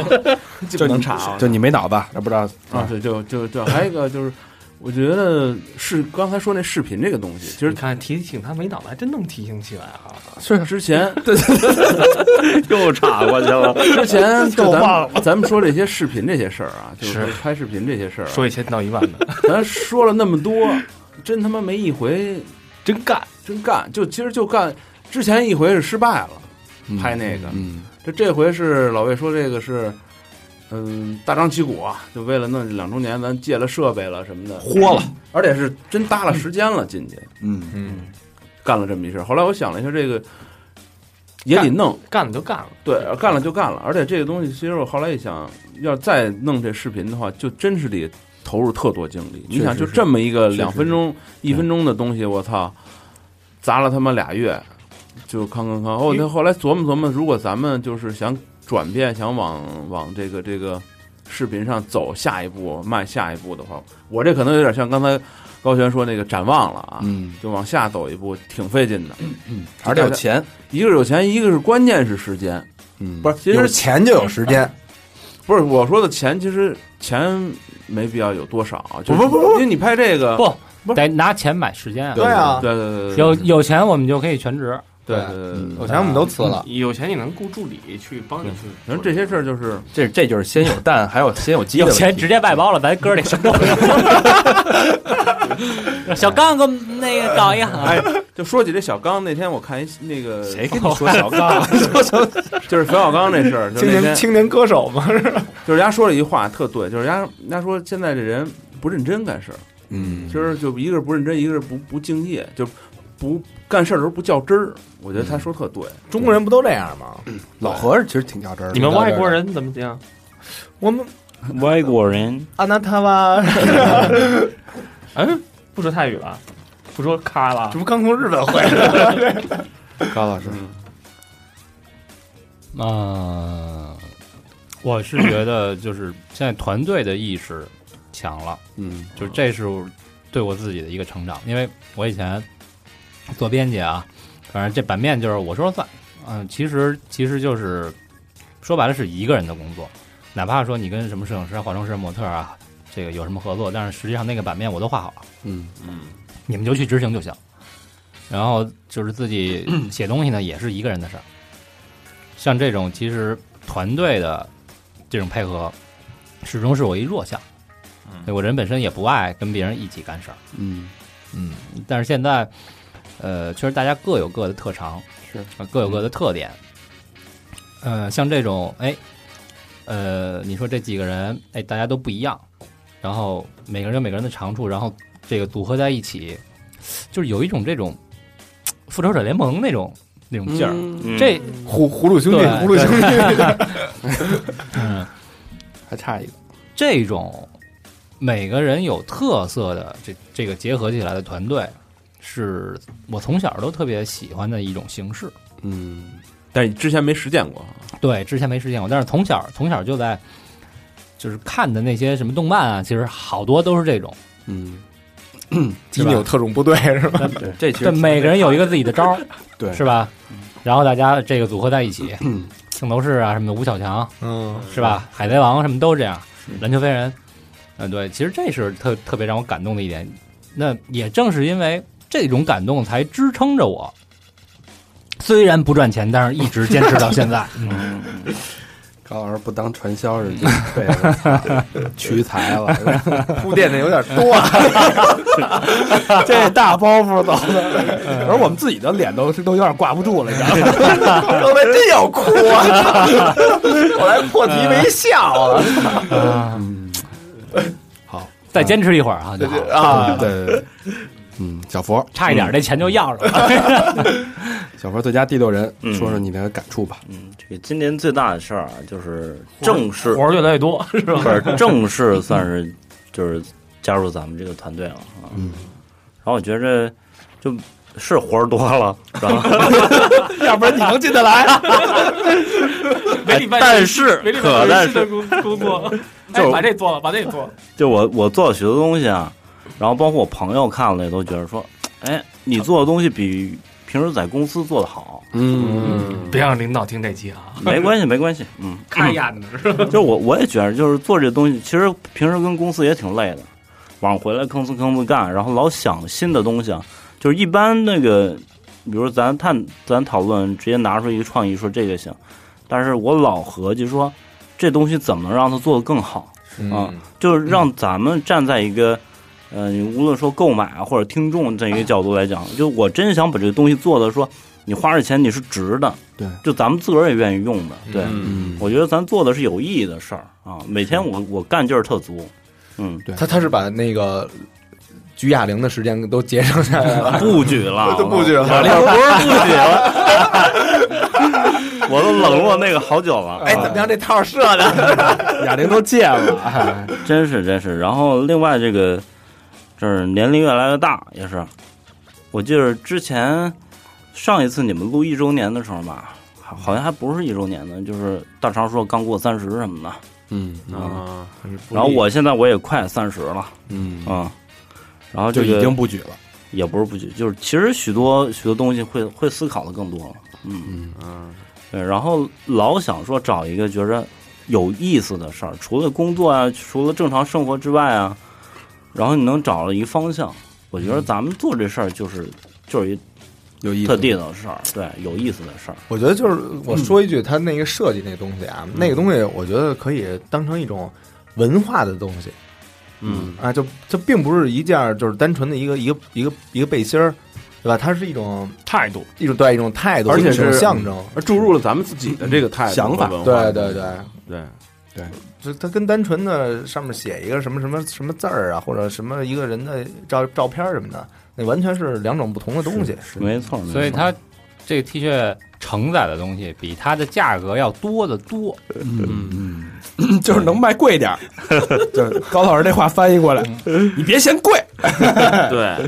Speaker 6: 记不能查啊。
Speaker 4: 就你没脑子，也不知道
Speaker 6: 啊，对，就就就还有一个就是，我觉得是刚才说那视频这个东西，其
Speaker 5: 你
Speaker 6: 实
Speaker 5: 看提醒他没脑子，还真能提醒起来啊。
Speaker 4: 是
Speaker 6: 之 前
Speaker 7: 又岔过去了。
Speaker 6: 之前就咱们咱们说这些视频这些事儿啊，就是
Speaker 5: 是
Speaker 6: 说拍视频这些事儿啊，
Speaker 5: 说一千道一万的，
Speaker 6: 咱说了那么多，真他妈没一回
Speaker 5: 真干。
Speaker 6: 真干，就其实就干。之前一回是失败了，
Speaker 4: 嗯
Speaker 6: 拍那个，
Speaker 4: 嗯，
Speaker 6: 这这回是老魏说这个是，嗯，大张旗鼓啊，就为了弄两周年，咱借了设备了什么的，豁了，而且是真搭了时间了进去，
Speaker 4: 嗯，
Speaker 8: 嗯，
Speaker 6: 干了这么一事儿。后来我想了一下，这个也得
Speaker 5: 干
Speaker 6: 弄，
Speaker 5: 干了就干了，
Speaker 6: 对，干了就干了。而且这个东西，其实我后来一想，要再弄这视频的话，就真是得投入特多精力。你想，
Speaker 4: 是
Speaker 6: 就这么一个
Speaker 4: 是
Speaker 6: 两分钟、一分钟的东西，我操，砸了他妈俩月，就康康康。哦，那后来琢磨琢磨，如果咱们就是想转变，想往往这个这个视频上走下一步，迈下一步的话，我这可能有点像刚才高璇说那个展望了啊，
Speaker 4: 嗯，
Speaker 6: 就往下走一步，挺费劲的。
Speaker 4: 而且有钱，
Speaker 6: 一个是有钱，一个是关键是时间。
Speaker 4: 嗯，
Speaker 6: 不
Speaker 4: 是
Speaker 6: 是，其实
Speaker 8: 有钱就有时间，
Speaker 6: 不是我说的钱，其实钱没必要有多少，啊就是
Speaker 8: 不不不
Speaker 6: 因为你拍这个
Speaker 9: 不得拿钱买时间啊！
Speaker 8: 对啊
Speaker 6: 对对对对，
Speaker 9: 啊有有钱我们就可以全职，
Speaker 8: 对，
Speaker 6: 呃，
Speaker 8: 有钱我们都辞了，
Speaker 5: 有钱你能雇助理去帮你去，
Speaker 6: 反正这些事儿就是
Speaker 4: 这这就是先有 蛋，还有先有鸡的
Speaker 9: 有
Speaker 4: 问题
Speaker 9: 钱直接外包了，咱哥儿里什么 都没有。小刚给我们那个搞一啊个，
Speaker 6: 哎，就说起这小刚，那天我看一那个，
Speaker 4: 谁跟你说 小刚？
Speaker 6: 就是冯小刚那事儿，就
Speaker 8: 青
Speaker 6: 那
Speaker 8: 年
Speaker 6: 天
Speaker 8: 青年歌手嘛，
Speaker 6: 就是人家说了一句话特对，就是人家人家说现在这人不认真干事儿，
Speaker 4: 嗯
Speaker 6: 其，实就一个是不认真，一个是不不敬业，就不干事儿的时候不较真儿。我觉得他说特对，
Speaker 8: 中国人不都这样吗？
Speaker 4: 老何是其实挺较真儿的。
Speaker 5: 你们外国人怎么讲？
Speaker 8: 我们
Speaker 7: 外国人
Speaker 8: 安娜塔 瓦，
Speaker 5: 嗯，不说泰语了，不说咔了
Speaker 8: 这，不刚从日本回来？
Speaker 4: 高老师，
Speaker 9: 嗯，我是觉得就是现在团队的意识强了。
Speaker 4: 嗯
Speaker 9: 就是这是对我自己的一个成长，因为我以前做编辑啊，反正这版面就是我说了算，嗯，其实其实就是说白了是一个人的工作，哪怕说你跟什么摄影师、啊、化妆师、模特儿啊，这个有什么合作，但是实际上那个版面我都画好了，
Speaker 4: 嗯
Speaker 9: 你们就去执行就行。然后就是自己写东西呢，也是一个人的事儿。像这种其实团队的这种配合，始终是我一弱项。对我人本身也不爱跟别人一起干事儿，
Speaker 4: 嗯，
Speaker 9: 嗯，但是现在，呃，确实大家各有各的特长，
Speaker 4: 是
Speaker 9: 呃各有各的特点。呃，像这种，哎，呃，你说这几个人，哎，大家都不一样，然后每个人有每个人的长处，然后这个组合在一起，就是有一种这种嘖复仇者联盟那种那种劲儿。
Speaker 7: 嗯
Speaker 9: 这
Speaker 8: 葫葫芦兄弟，
Speaker 9: 对
Speaker 8: 葫芦兄 弟，
Speaker 9: 嗯，
Speaker 4: 还差一个，
Speaker 9: 这种每个人有特色的这这个结合起来的团队，是我从小都特别喜欢的一种形式。
Speaker 4: 嗯
Speaker 6: 但是你之前没实践过，
Speaker 9: 对，之前没实践过，但是从小从小就在就是看的那些什么动漫啊，其实好多都是这种。
Speaker 4: 嗯，
Speaker 8: 金牛特种部队是吧？
Speaker 4: 这其实
Speaker 9: 这每个人有一个自己的招儿，
Speaker 4: 对
Speaker 9: 是吧？然后大家这个组合在一起，
Speaker 4: 嗯
Speaker 9: 圣斗士啊什么的，吴小强，
Speaker 8: 嗯，
Speaker 9: 是吧？海贼王什么都是这样，篮球飞人，嗯，对，其实这是特特别让我感动的一点。那也正是因为这种感动，才支撑着我。虽然不赚钱，但是一直坚持到现在。
Speaker 4: 高老师不当传销 人就被了屈才 了，
Speaker 8: 铺垫的有点多啊，
Speaker 4: 这大包袱 走的，而我们自己的脸都都有点挂不住了，你知道吗？
Speaker 8: 我们真要哭啊！我来破题没笑了
Speaker 9: 再坚持一会儿啊，就好了
Speaker 8: 啊！
Speaker 4: 对对对，嗯，小佛，
Speaker 9: 差一点这钱就要着 了。
Speaker 4: 小佛最佳第六人，
Speaker 7: 嗯
Speaker 4: 说说你的感触吧。
Speaker 7: 嗯，这个今年最大的事儿啊，就是正式
Speaker 5: 活儿越来越多，是吧？
Speaker 7: 不是正式算是就是加入咱们这个团队了啊。
Speaker 4: 嗯，
Speaker 7: 然后我觉着就是活儿多了，然后
Speaker 8: 要不然你能进得 来？
Speaker 5: 每礼拜
Speaker 7: 哎但是
Speaker 5: 每礼
Speaker 7: 可
Speaker 5: 拜
Speaker 7: 但
Speaker 5: 新的
Speaker 7: 是
Speaker 5: 工工 作，
Speaker 7: 就
Speaker 5: 哎，把这做了，把这做了，
Speaker 7: 就我我做了许多东西啊，然后包括我朋友看了也都觉得说，哎，你做的东西比平时在公司做的好，
Speaker 4: 嗯，
Speaker 5: 别让领导听这期啊，
Speaker 7: 没关系没关系，嗯，
Speaker 5: 看压着呢，是吧？
Speaker 7: 就是我我也觉得，就是做这东西，其实平时跟公司也挺累的，晚上回来吭哧吭哧干，然后老想新的东西啊。就是一般那个，比如咱探咱讨论，直接拿出一个创意说这个行，但是我老合计说，这东西怎么能让它做得更好？啊，
Speaker 8: 嗯
Speaker 7: 就是让咱们站在一个，呃，你无论说购买啊或者听众这一个角度来讲，就我真想把这个东西做的说，你花这钱你是值的，
Speaker 4: 对，
Speaker 7: 就咱们自个儿也愿意用的，对，
Speaker 4: 嗯，
Speaker 7: 我觉得咱做的是有意义的事儿啊，每天我我干劲儿 特足，嗯，
Speaker 8: 他他是把那个举哑铃的时间都节省下来了，
Speaker 7: 不举了，
Speaker 8: 哎 都不举了
Speaker 7: 我都不是不举了， 我都冷落那个好久了，啊
Speaker 8: 哎，怎么样？这套设的？
Speaker 4: 哑铃都戒了，哎
Speaker 7: 真是真是。然后另外这个，就是年龄越来越大，也是，我记得之前上一次你们录一周年的时候吧，好好像还不是一周年呢，就是大长说刚过三十什么的，
Speaker 4: 嗯
Speaker 6: 啊，
Speaker 7: 然后我现在我也快三十了，
Speaker 4: 嗯，
Speaker 7: 嗯，然后
Speaker 4: 就
Speaker 7: 这个
Speaker 4: 已经不举了，
Speaker 7: 也不是不举，就是其实许多许多东西会会思考的更多了，嗯，
Speaker 4: 嗯
Speaker 7: 对，然后老想说找一个觉着有意思的事儿，除了工作啊，除了正常生活之外啊，然后你能找到一个方向，我觉得咱们做这事儿就是就是一
Speaker 4: 嗯有意思
Speaker 7: 特地的事儿，对，有意思的事儿。
Speaker 8: 我觉得就是我说一句，它那个设计那东西
Speaker 6: 嗯
Speaker 8: 啊，那个东西我觉得可以当成一种文化的东西
Speaker 7: 嗯，
Speaker 8: 啊，就这并不是一件儿就是单纯的一个一个一个一个背心儿，对吧？它是一种
Speaker 5: 态度，
Speaker 8: 一种对一种态度，
Speaker 6: 而且
Speaker 8: 一种
Speaker 6: 是
Speaker 8: 象征。
Speaker 6: 而注入了咱们自己的这个态度、
Speaker 4: 想法
Speaker 8: 对对对，
Speaker 6: 对，
Speaker 8: 就它跟单纯的上面写一个什么什么什么字儿啊，或者什么一个人的照照片儿什么的，那完全是两种不同的东西。
Speaker 7: 没错，没错
Speaker 9: 所以它这个 T 恤承载的东西比它的价格要多得多。
Speaker 4: 就是能卖贵 点儿。就是高老师这话翻译过来，你别嫌贵，
Speaker 6: 对，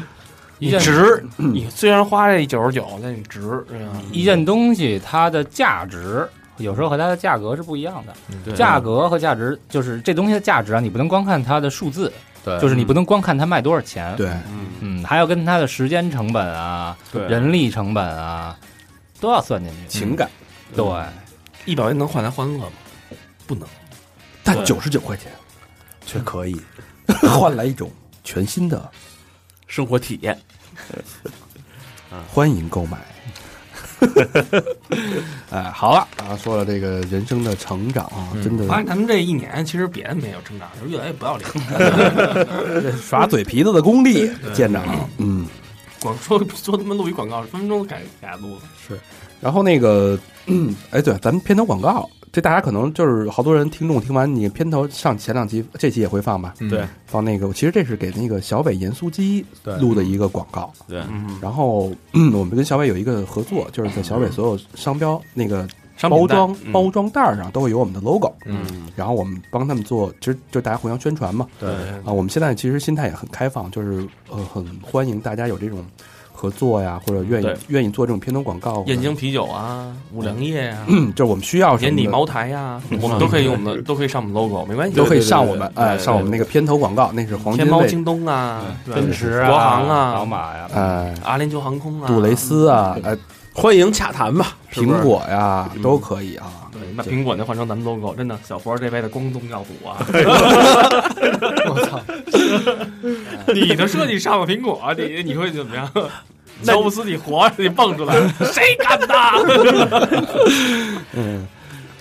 Speaker 9: 一
Speaker 5: 你
Speaker 9: 件
Speaker 5: 值，你虽然花这九十九，但你值，是吧？
Speaker 9: 一件东西它的价值有时候和它的价格是不一样的。
Speaker 6: 对
Speaker 9: 价格和价值就是这东西的价值啊，你不能光看它的数字，
Speaker 2: 对
Speaker 9: 就是你不能光看它卖多少钱，
Speaker 4: 对，
Speaker 6: 嗯，
Speaker 9: 嗯，还要跟它的时间成本啊、
Speaker 6: 对，
Speaker 9: 人力成本啊都要算进去。
Speaker 4: 情感。
Speaker 5: 嗯
Speaker 9: 对，
Speaker 5: 一百块钱能换来欢乐吗？
Speaker 4: 但九十九块钱却可以换来一种全新的
Speaker 6: 生活体验，
Speaker 4: 欢迎购 买。哎，好了啊，说了这个人生的成长啊，
Speaker 6: 嗯
Speaker 4: 真
Speaker 5: 发
Speaker 4: 的
Speaker 5: 哎现咱们这一年其实别的没有成长，就是越来越不要脸，
Speaker 4: 耍嘴皮子的功力，舰长。嗯，
Speaker 5: 光说说他妈录一广告，分分钟改改录了。
Speaker 4: 然后那个， 嗯哎，对，咱们片头广告，这大家可能就是好多人听众听完你片头上前两期，这期也会放吧？
Speaker 8: 嗯
Speaker 6: 对
Speaker 4: 放那个，其实这是给那个小北盐酥鸡
Speaker 8: 对
Speaker 4: 录的一个广告。
Speaker 6: 对，
Speaker 5: 嗯，
Speaker 4: 然后、 嗯我们跟小北有一个合作，就是在小北所有商标那个
Speaker 5: 商品
Speaker 4: 包
Speaker 5: 袋
Speaker 4: 装、
Speaker 6: 嗯
Speaker 4: 包装袋儿上都会有我们的 logo，
Speaker 6: 嗯，
Speaker 4: 然后我们帮他们做，其实就是大家互相宣传嘛。
Speaker 8: 对
Speaker 4: 啊，我们现在其实心态也很开放，就是呃很欢迎大家有这种合作呀，或者愿意
Speaker 6: 对
Speaker 4: 愿意做这种片头广告。
Speaker 5: 燕京啤酒啊，五粮液啊，
Speaker 4: 嗯，就是我们需要什
Speaker 5: 眼
Speaker 4: 么
Speaker 5: 底
Speaker 4: 的
Speaker 5: 茅台呀，我们都可以用我们的，都可以上我们 logo，没关系，
Speaker 4: 都可以上我们
Speaker 5: 对对对
Speaker 4: 哎
Speaker 5: 对
Speaker 4: 上我们那个片头广告，那是黄
Speaker 5: 天
Speaker 4: 金
Speaker 5: 猫、
Speaker 4: 位
Speaker 5: 京东啊，对
Speaker 9: 奔驰啊、
Speaker 5: 国航啊
Speaker 9: 宝马呀、
Speaker 4: 哎
Speaker 5: 阿联酋航空啊，
Speaker 4: 杜蕾斯啊，哎
Speaker 6: 欢迎洽谈吧，是不是
Speaker 4: 苹，果呀都可以啊。
Speaker 5: 嗯对，那苹果那换成咱们 logo，真的，小佛这辈子光宗耀 祖啊！我操，你的设计上了苹果，你你会怎么样？乔布斯，你活着，你蹦 出来，谁敢的？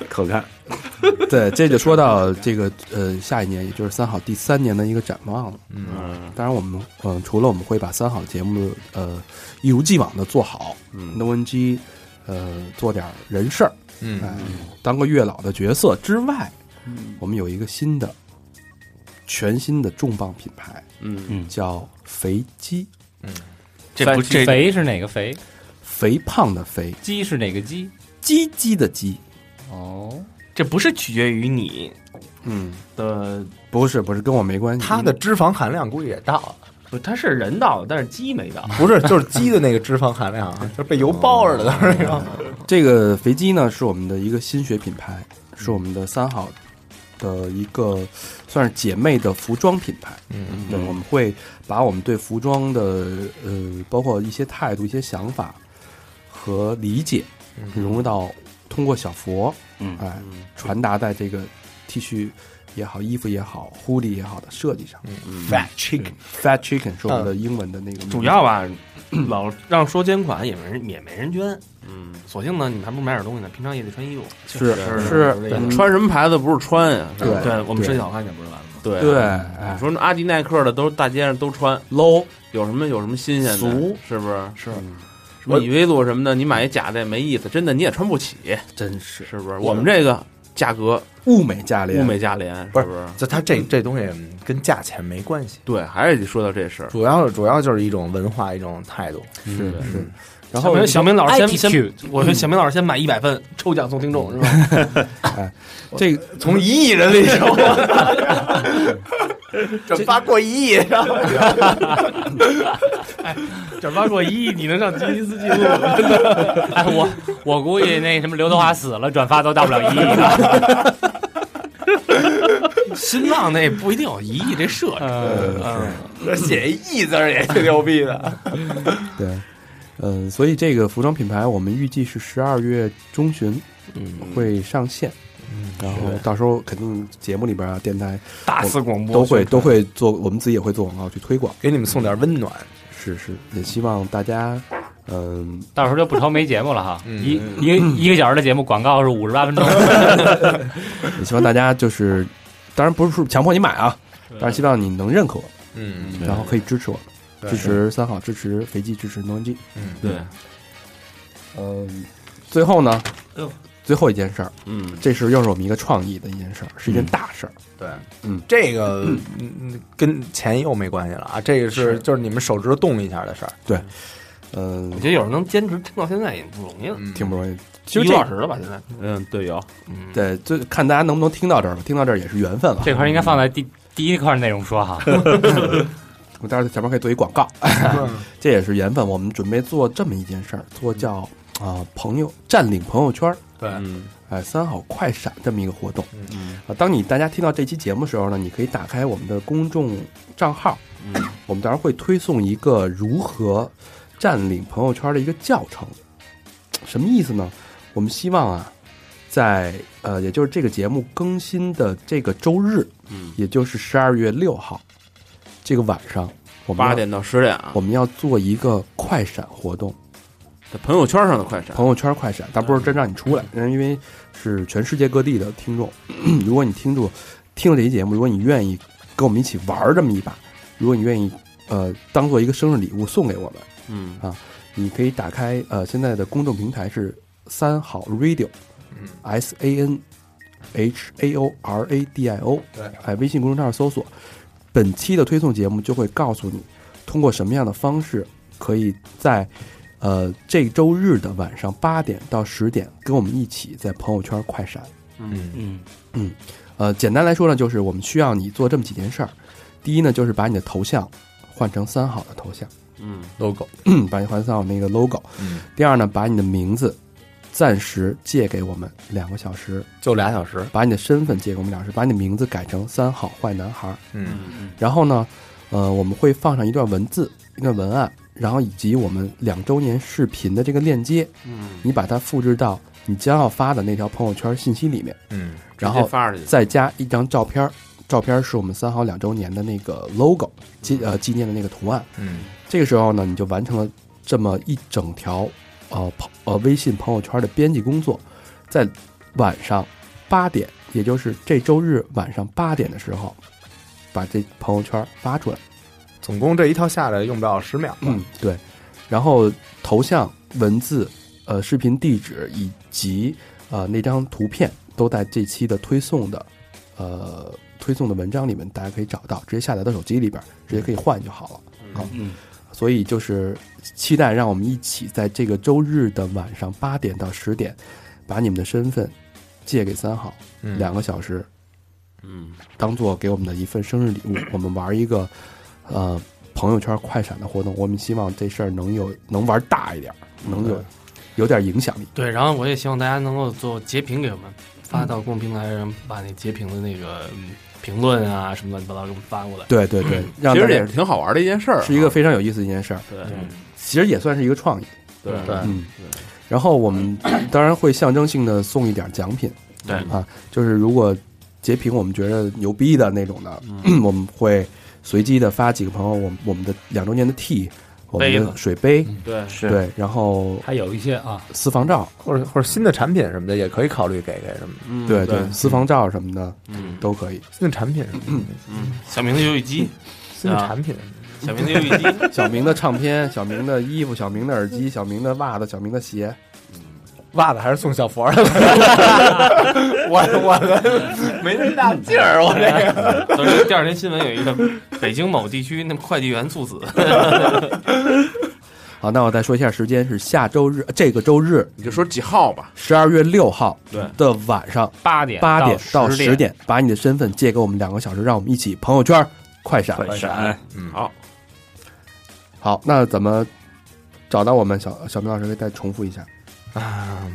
Speaker 7: 可看，
Speaker 4: 对，这就说到这个呃，下一年也就是三好第三年的一个展望了。
Speaker 6: 嗯
Speaker 4: 当然，我们嗯、呃除了我们会把三好的节目呃一如既往的做好，
Speaker 6: 嗯，
Speaker 4: 那文姬呃做点人事儿，
Speaker 8: 嗯
Speaker 4: 哎，当个月老的角色之外，我们有一个新的全新的重磅品牌
Speaker 6: 嗯，
Speaker 4: 叫肥鸡，
Speaker 5: 这不这
Speaker 9: 肥是哪个肥？
Speaker 4: 肥胖的肥，
Speaker 9: 鸡是哪个鸡？
Speaker 4: 鸡鸡的鸡，
Speaker 9: 哦，
Speaker 5: 这不是取决于你
Speaker 4: 嗯，
Speaker 5: 的，
Speaker 4: 不是不是，跟我没关系。
Speaker 8: 它的脂肪含量估计也到了，
Speaker 5: 不它是人到，但是鸡没到。
Speaker 8: 不是就是鸡的那个脂肪含量啊，就是被油包着的都是那 种。
Speaker 4: 这个肥鸡呢，是我们的一个新血品牌，
Speaker 5: 嗯
Speaker 4: 是我们的三好的一个算是姐妹的服装品牌。
Speaker 8: 嗯
Speaker 4: 对，我们会把我们对服装的呃，包括一些态度、一些想法和理解，
Speaker 5: 嗯
Speaker 4: 融入到通过小佛，
Speaker 7: 嗯
Speaker 4: 哎，传达在这个 T 恤也好、衣服也好、hoodie 也好的设计上。
Speaker 8: ，fat chicken，
Speaker 4: Fat Chicken 是我们的英文的那个名字
Speaker 5: 主要吧，老让说捐款也没人也没人捐，
Speaker 6: 嗯，
Speaker 5: 索性呢，你们还不如买点东西呢，平常也得穿衣服。
Speaker 4: 是
Speaker 6: 是
Speaker 5: 这个
Speaker 6: 穿什么牌子不是穿呀？是吧
Speaker 4: 对
Speaker 5: 对我们设计好看点不是完了吗？
Speaker 6: 对
Speaker 4: 对，
Speaker 6: 对，
Speaker 4: 哎
Speaker 6: 你说那阿迪耐克的都是大街上都穿，low 有什么有什么新鲜的？
Speaker 4: 俗
Speaker 6: 是不是？嗯
Speaker 4: 是
Speaker 6: 什么以威路什么的，你买一假的也没意思，真的你也穿不起，
Speaker 4: 真是
Speaker 6: 是不是？我们这个价格
Speaker 4: 物美价廉，
Speaker 6: 物美价廉，是
Speaker 8: 不是
Speaker 6: 不是？
Speaker 8: 就它这这东西嗯跟价钱没关系，
Speaker 6: 对，还是得说到这事儿。
Speaker 8: 主要主要就是一种文化，一种态度。
Speaker 6: 是的，
Speaker 4: 是。然
Speaker 5: 然
Speaker 4: 后
Speaker 5: 后小明老师先
Speaker 9: Attitude
Speaker 5: 先，我说小明老师先买一百份，抽奖送听众是吧？
Speaker 4: 这个
Speaker 8: 从一亿人里抽，这发过一亿，然后
Speaker 5: 转发过一亿，你能上吉尼斯纪录吗？真的
Speaker 9: 哎，我我估计那什么刘德华死了，转发都到不了一亿了。
Speaker 5: 新浪那不一定有一亿这设置，嗯
Speaker 8: 写一亿字儿也挺牛逼的。
Speaker 4: 对，呃，所以这个服装品牌我们预计是十二月中旬
Speaker 5: 嗯
Speaker 4: 会上线，然后到时候肯定节目里边啊，电台
Speaker 5: 大肆广播
Speaker 4: 都会都会做，我们自己也会做广告去推广。
Speaker 8: 给你们送点温暖，
Speaker 4: 是是，也希望大家嗯，
Speaker 9: 到时候就不愁没节目了 哈。
Speaker 8: 嗯
Speaker 9: 一一个一个小时的节目，广告是五十八分 钟。
Speaker 4: 也希望大家就是，当然不是说强迫你买啊，
Speaker 5: 嗯
Speaker 4: 但是希望你能认可我，
Speaker 8: 嗯
Speaker 4: 然后可以支持我，
Speaker 8: 对
Speaker 4: 支持三好，支持肥鸡，支持农机。
Speaker 8: 嗯
Speaker 6: 对，
Speaker 4: 嗯，最后呢
Speaker 5: 哎呦，
Speaker 4: 最后一件事儿，
Speaker 6: 嗯，
Speaker 4: 这是又是我们一个创意的一件事儿，是一件大事儿。
Speaker 8: 对，
Speaker 4: 嗯，
Speaker 8: 这个嗯嗯跟钱又没关系了啊，这个是就是你们手指动一下的事儿，
Speaker 4: 嗯
Speaker 5: 我，觉得有人能坚持听到现在也不容易了，
Speaker 8: 嗯
Speaker 4: 挺不容易。
Speaker 5: 一
Speaker 4: 其
Speaker 5: 个
Speaker 4: 实这
Speaker 5: 多小时了吧？ 现在，
Speaker 6: 嗯，对，有，
Speaker 5: 嗯，
Speaker 4: 对，就看大家能不能听到这儿吧，听到这儿也是缘分了。啊
Speaker 9: 这块儿应该放在第第一块内容说哈。
Speaker 4: 我待会儿前面可以做一广告，嗯这也是缘分。我们准备做这么一件事儿，做叫啊、朋友占领朋友圈儿，
Speaker 8: 对，
Speaker 6: 嗯
Speaker 4: 哎，三好快闪这么一个活动。
Speaker 6: 嗯
Speaker 4: 啊，当你大家听到这期节目的时候呢，你可以打开我们的公众账号，
Speaker 6: 嗯，
Speaker 4: 我们到时候会推送一个如何占领朋友圈的一个教程。什么意思呢？我们希望啊，在呃，也就是这个节目更新的这个周日，
Speaker 6: 嗯，
Speaker 4: 也就是十二月六号这个晚上，我们要
Speaker 6: 八点到十点啊
Speaker 4: 我，们要做一个快闪活动，
Speaker 6: 在朋友圈上的快闪，
Speaker 4: 朋友圈快闪，但不是真让你出来，因为是全世界各地的听众。 如果你听住听了这期节目，如果你愿意跟我们一起玩儿这么一把，如果你愿意呃当做一个生日礼物送给我们，
Speaker 6: 嗯
Speaker 4: 你可以打开呃现在的公众平台是三好 radio，
Speaker 8: 嗯
Speaker 4: s A N H A O R A D I O，
Speaker 8: 对
Speaker 4: 哎，微信公众号搜索本期的推送节目，就会告诉你通过什么样的方式可以在呃这周日的晚上八点到十点跟我们一起在朋友圈快闪。
Speaker 8: 嗯
Speaker 7: 嗯
Speaker 4: 呃，简单来说呢，就是我们需要你做这么几件事儿。第一呢，就是把你的头像换成三好的头像，
Speaker 6: 嗯
Speaker 8: ，logo，
Speaker 4: 嗯，把你换成三好那个 logo。
Speaker 8: 嗯，
Speaker 4: 第二呢，把你的名字暂时借给我们两个小时，
Speaker 8: 就俩小时，
Speaker 4: 把你的身份借给我们两个小时，把你的名字改成三好坏男孩儿。
Speaker 8: 嗯
Speaker 6: 嗯
Speaker 4: 然后呢，呃，我们会放上一段文字、一段文案，然后以及我们两周年视频的这个链接，
Speaker 6: 嗯，
Speaker 4: 你把它复制到你将要发的那条朋友圈信息里面，
Speaker 8: 嗯
Speaker 4: 然后
Speaker 6: 发出去，
Speaker 4: 再加一张照片儿，照片儿是我们三好两周年的那个 logo 纪呃纪念的那个图案。
Speaker 8: 嗯
Speaker 4: 这个时候呢，你就完成了这么一整条呃朋呃微信朋友圈的编辑工作，在晚上八点，也就是这周日晚上八点的时候，把这朋友圈发出来。
Speaker 8: 总共这一套下来用不到十秒吧，
Speaker 4: 嗯，对。然后头像、文字、呃视频地址以及呃那张图片都在这期的推送的呃推送的文章里面，大家可以找到，直接下载到手机里边，直接可以换就好了。
Speaker 7: 嗯，
Speaker 4: 所以就是期待让我们一起在这个周日的晚上八点到十点，把你们的身份借给三好
Speaker 8: 嗯
Speaker 4: 两个小时，
Speaker 6: 嗯
Speaker 4: 当做给我们的一份生日 礼物，我们玩一个呃朋友圈快闪的活动。我们希望这事儿能有能玩大一点，能有有点影响力。
Speaker 5: 对，然后我也希望大家能够做截屏给我们发到公众平台上，把那截屏的那个嗯评论啊什么乱七八糟给我们发过来。
Speaker 4: 对对对，让
Speaker 6: 嗯其
Speaker 4: 大
Speaker 6: 实
Speaker 4: 家
Speaker 6: 也是挺好玩的一件事儿，啊
Speaker 4: 是一个非常有意思的一件事儿，
Speaker 6: 对
Speaker 4: 其实也算是一个创意。
Speaker 6: 对
Speaker 8: 对，
Speaker 4: 嗯，然后我们当然会象征性的送一点奖品，
Speaker 5: 对
Speaker 4: 啊，就是如果截屏我们觉得牛逼的那种的， 我们会随机的发几个朋友，我们我们的两周年的 T，我们
Speaker 5: 杯
Speaker 4: 的
Speaker 5: 子
Speaker 4: 水杯，
Speaker 6: 对，
Speaker 7: 是
Speaker 4: 对，然后
Speaker 9: 还有一些啊，
Speaker 4: 私房照，
Speaker 8: 或者或者新的产品什么的也可以考虑给给什么的，
Speaker 6: 嗯
Speaker 4: 对
Speaker 6: 对，
Speaker 4: 私房照什么的
Speaker 6: 嗯
Speaker 4: 都可以。
Speaker 8: 新的产品什么的，
Speaker 5: 嗯小明的游戏机，啊
Speaker 8: 新的产品什么的，
Speaker 5: 小明的游戏机，
Speaker 4: 小明的唱片， 小明的衣服，小明的耳机，小明的袜子，小明的鞋，
Speaker 8: 袜子还是送小佛的吧，我我的没那大劲儿，我这个
Speaker 5: 昨天第二天新闻有一个北京某地区那快递员猝死，
Speaker 4: 好，那我再说一下时间，是下周日，这个周日
Speaker 6: 你就说几号吧，
Speaker 4: 十二月六号
Speaker 6: 对
Speaker 4: 的晚上
Speaker 9: 八点
Speaker 4: 八点到
Speaker 9: 十
Speaker 4: 十，点，把你的身份借给我们两个小时，让我们一起朋友圈儿快闪。
Speaker 7: 快闪，
Speaker 6: 好，
Speaker 4: 好，那怎么找到我们？小小明老师可以再重复一下。
Speaker 8: 啊，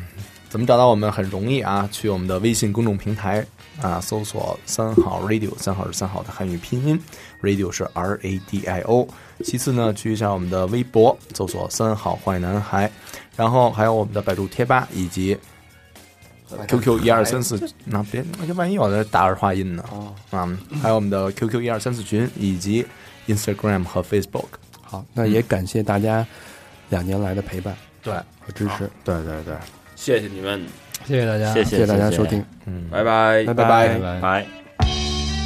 Speaker 8: 怎么找到我们很容易啊？去我们的微信公众平台啊，搜索“三好 radio”，三好是三好的汉语拼音，radio 是 R A D I O。其次呢，去一下我们的微博，搜索“三好坏男孩”，然后还有我们的百度贴吧以及 QQ 一二三四，那别那就万一有的打儿化音呢
Speaker 5: 哦
Speaker 8: 啊，还有我们的 QQ
Speaker 4: 嗯
Speaker 8: 一二三四群以及 Instagram 和 Facebook。
Speaker 4: 好，那也感谢大家两年来的陪伴
Speaker 10: 对
Speaker 4: 和支持。
Speaker 10: 对对对，
Speaker 6: 谢谢你们，
Speaker 1: 谢谢大家，
Speaker 11: 谢
Speaker 4: 谢谢大家收听，，
Speaker 10: 嗯，
Speaker 6: 拜拜，
Speaker 4: 拜拜
Speaker 1: 拜拜。
Speaker 11: 拜。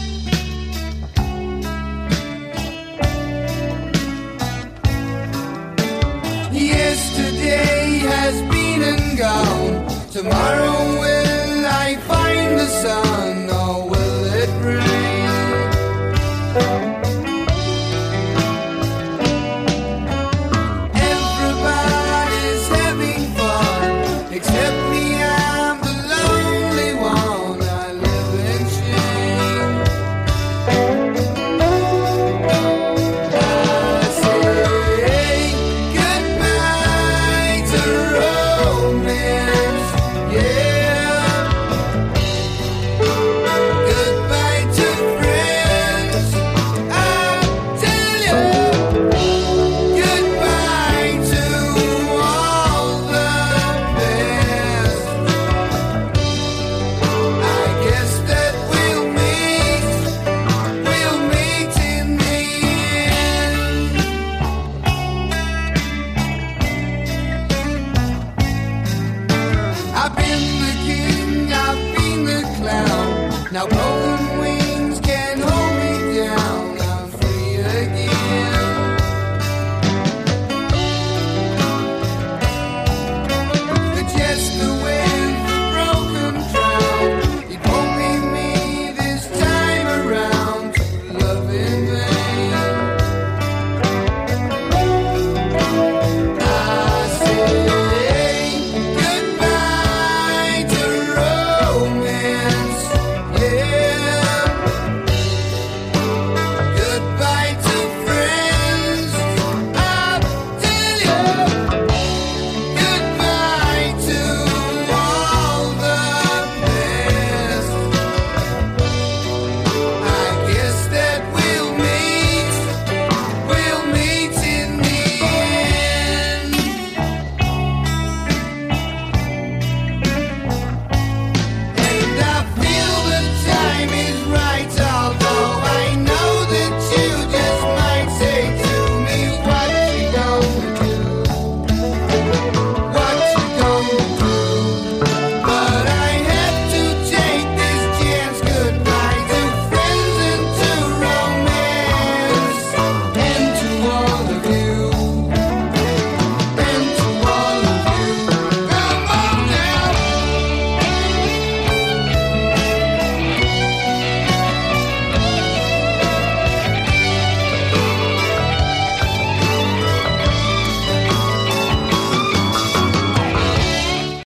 Speaker 8: Yesterday has been and gone. Tomorrow will.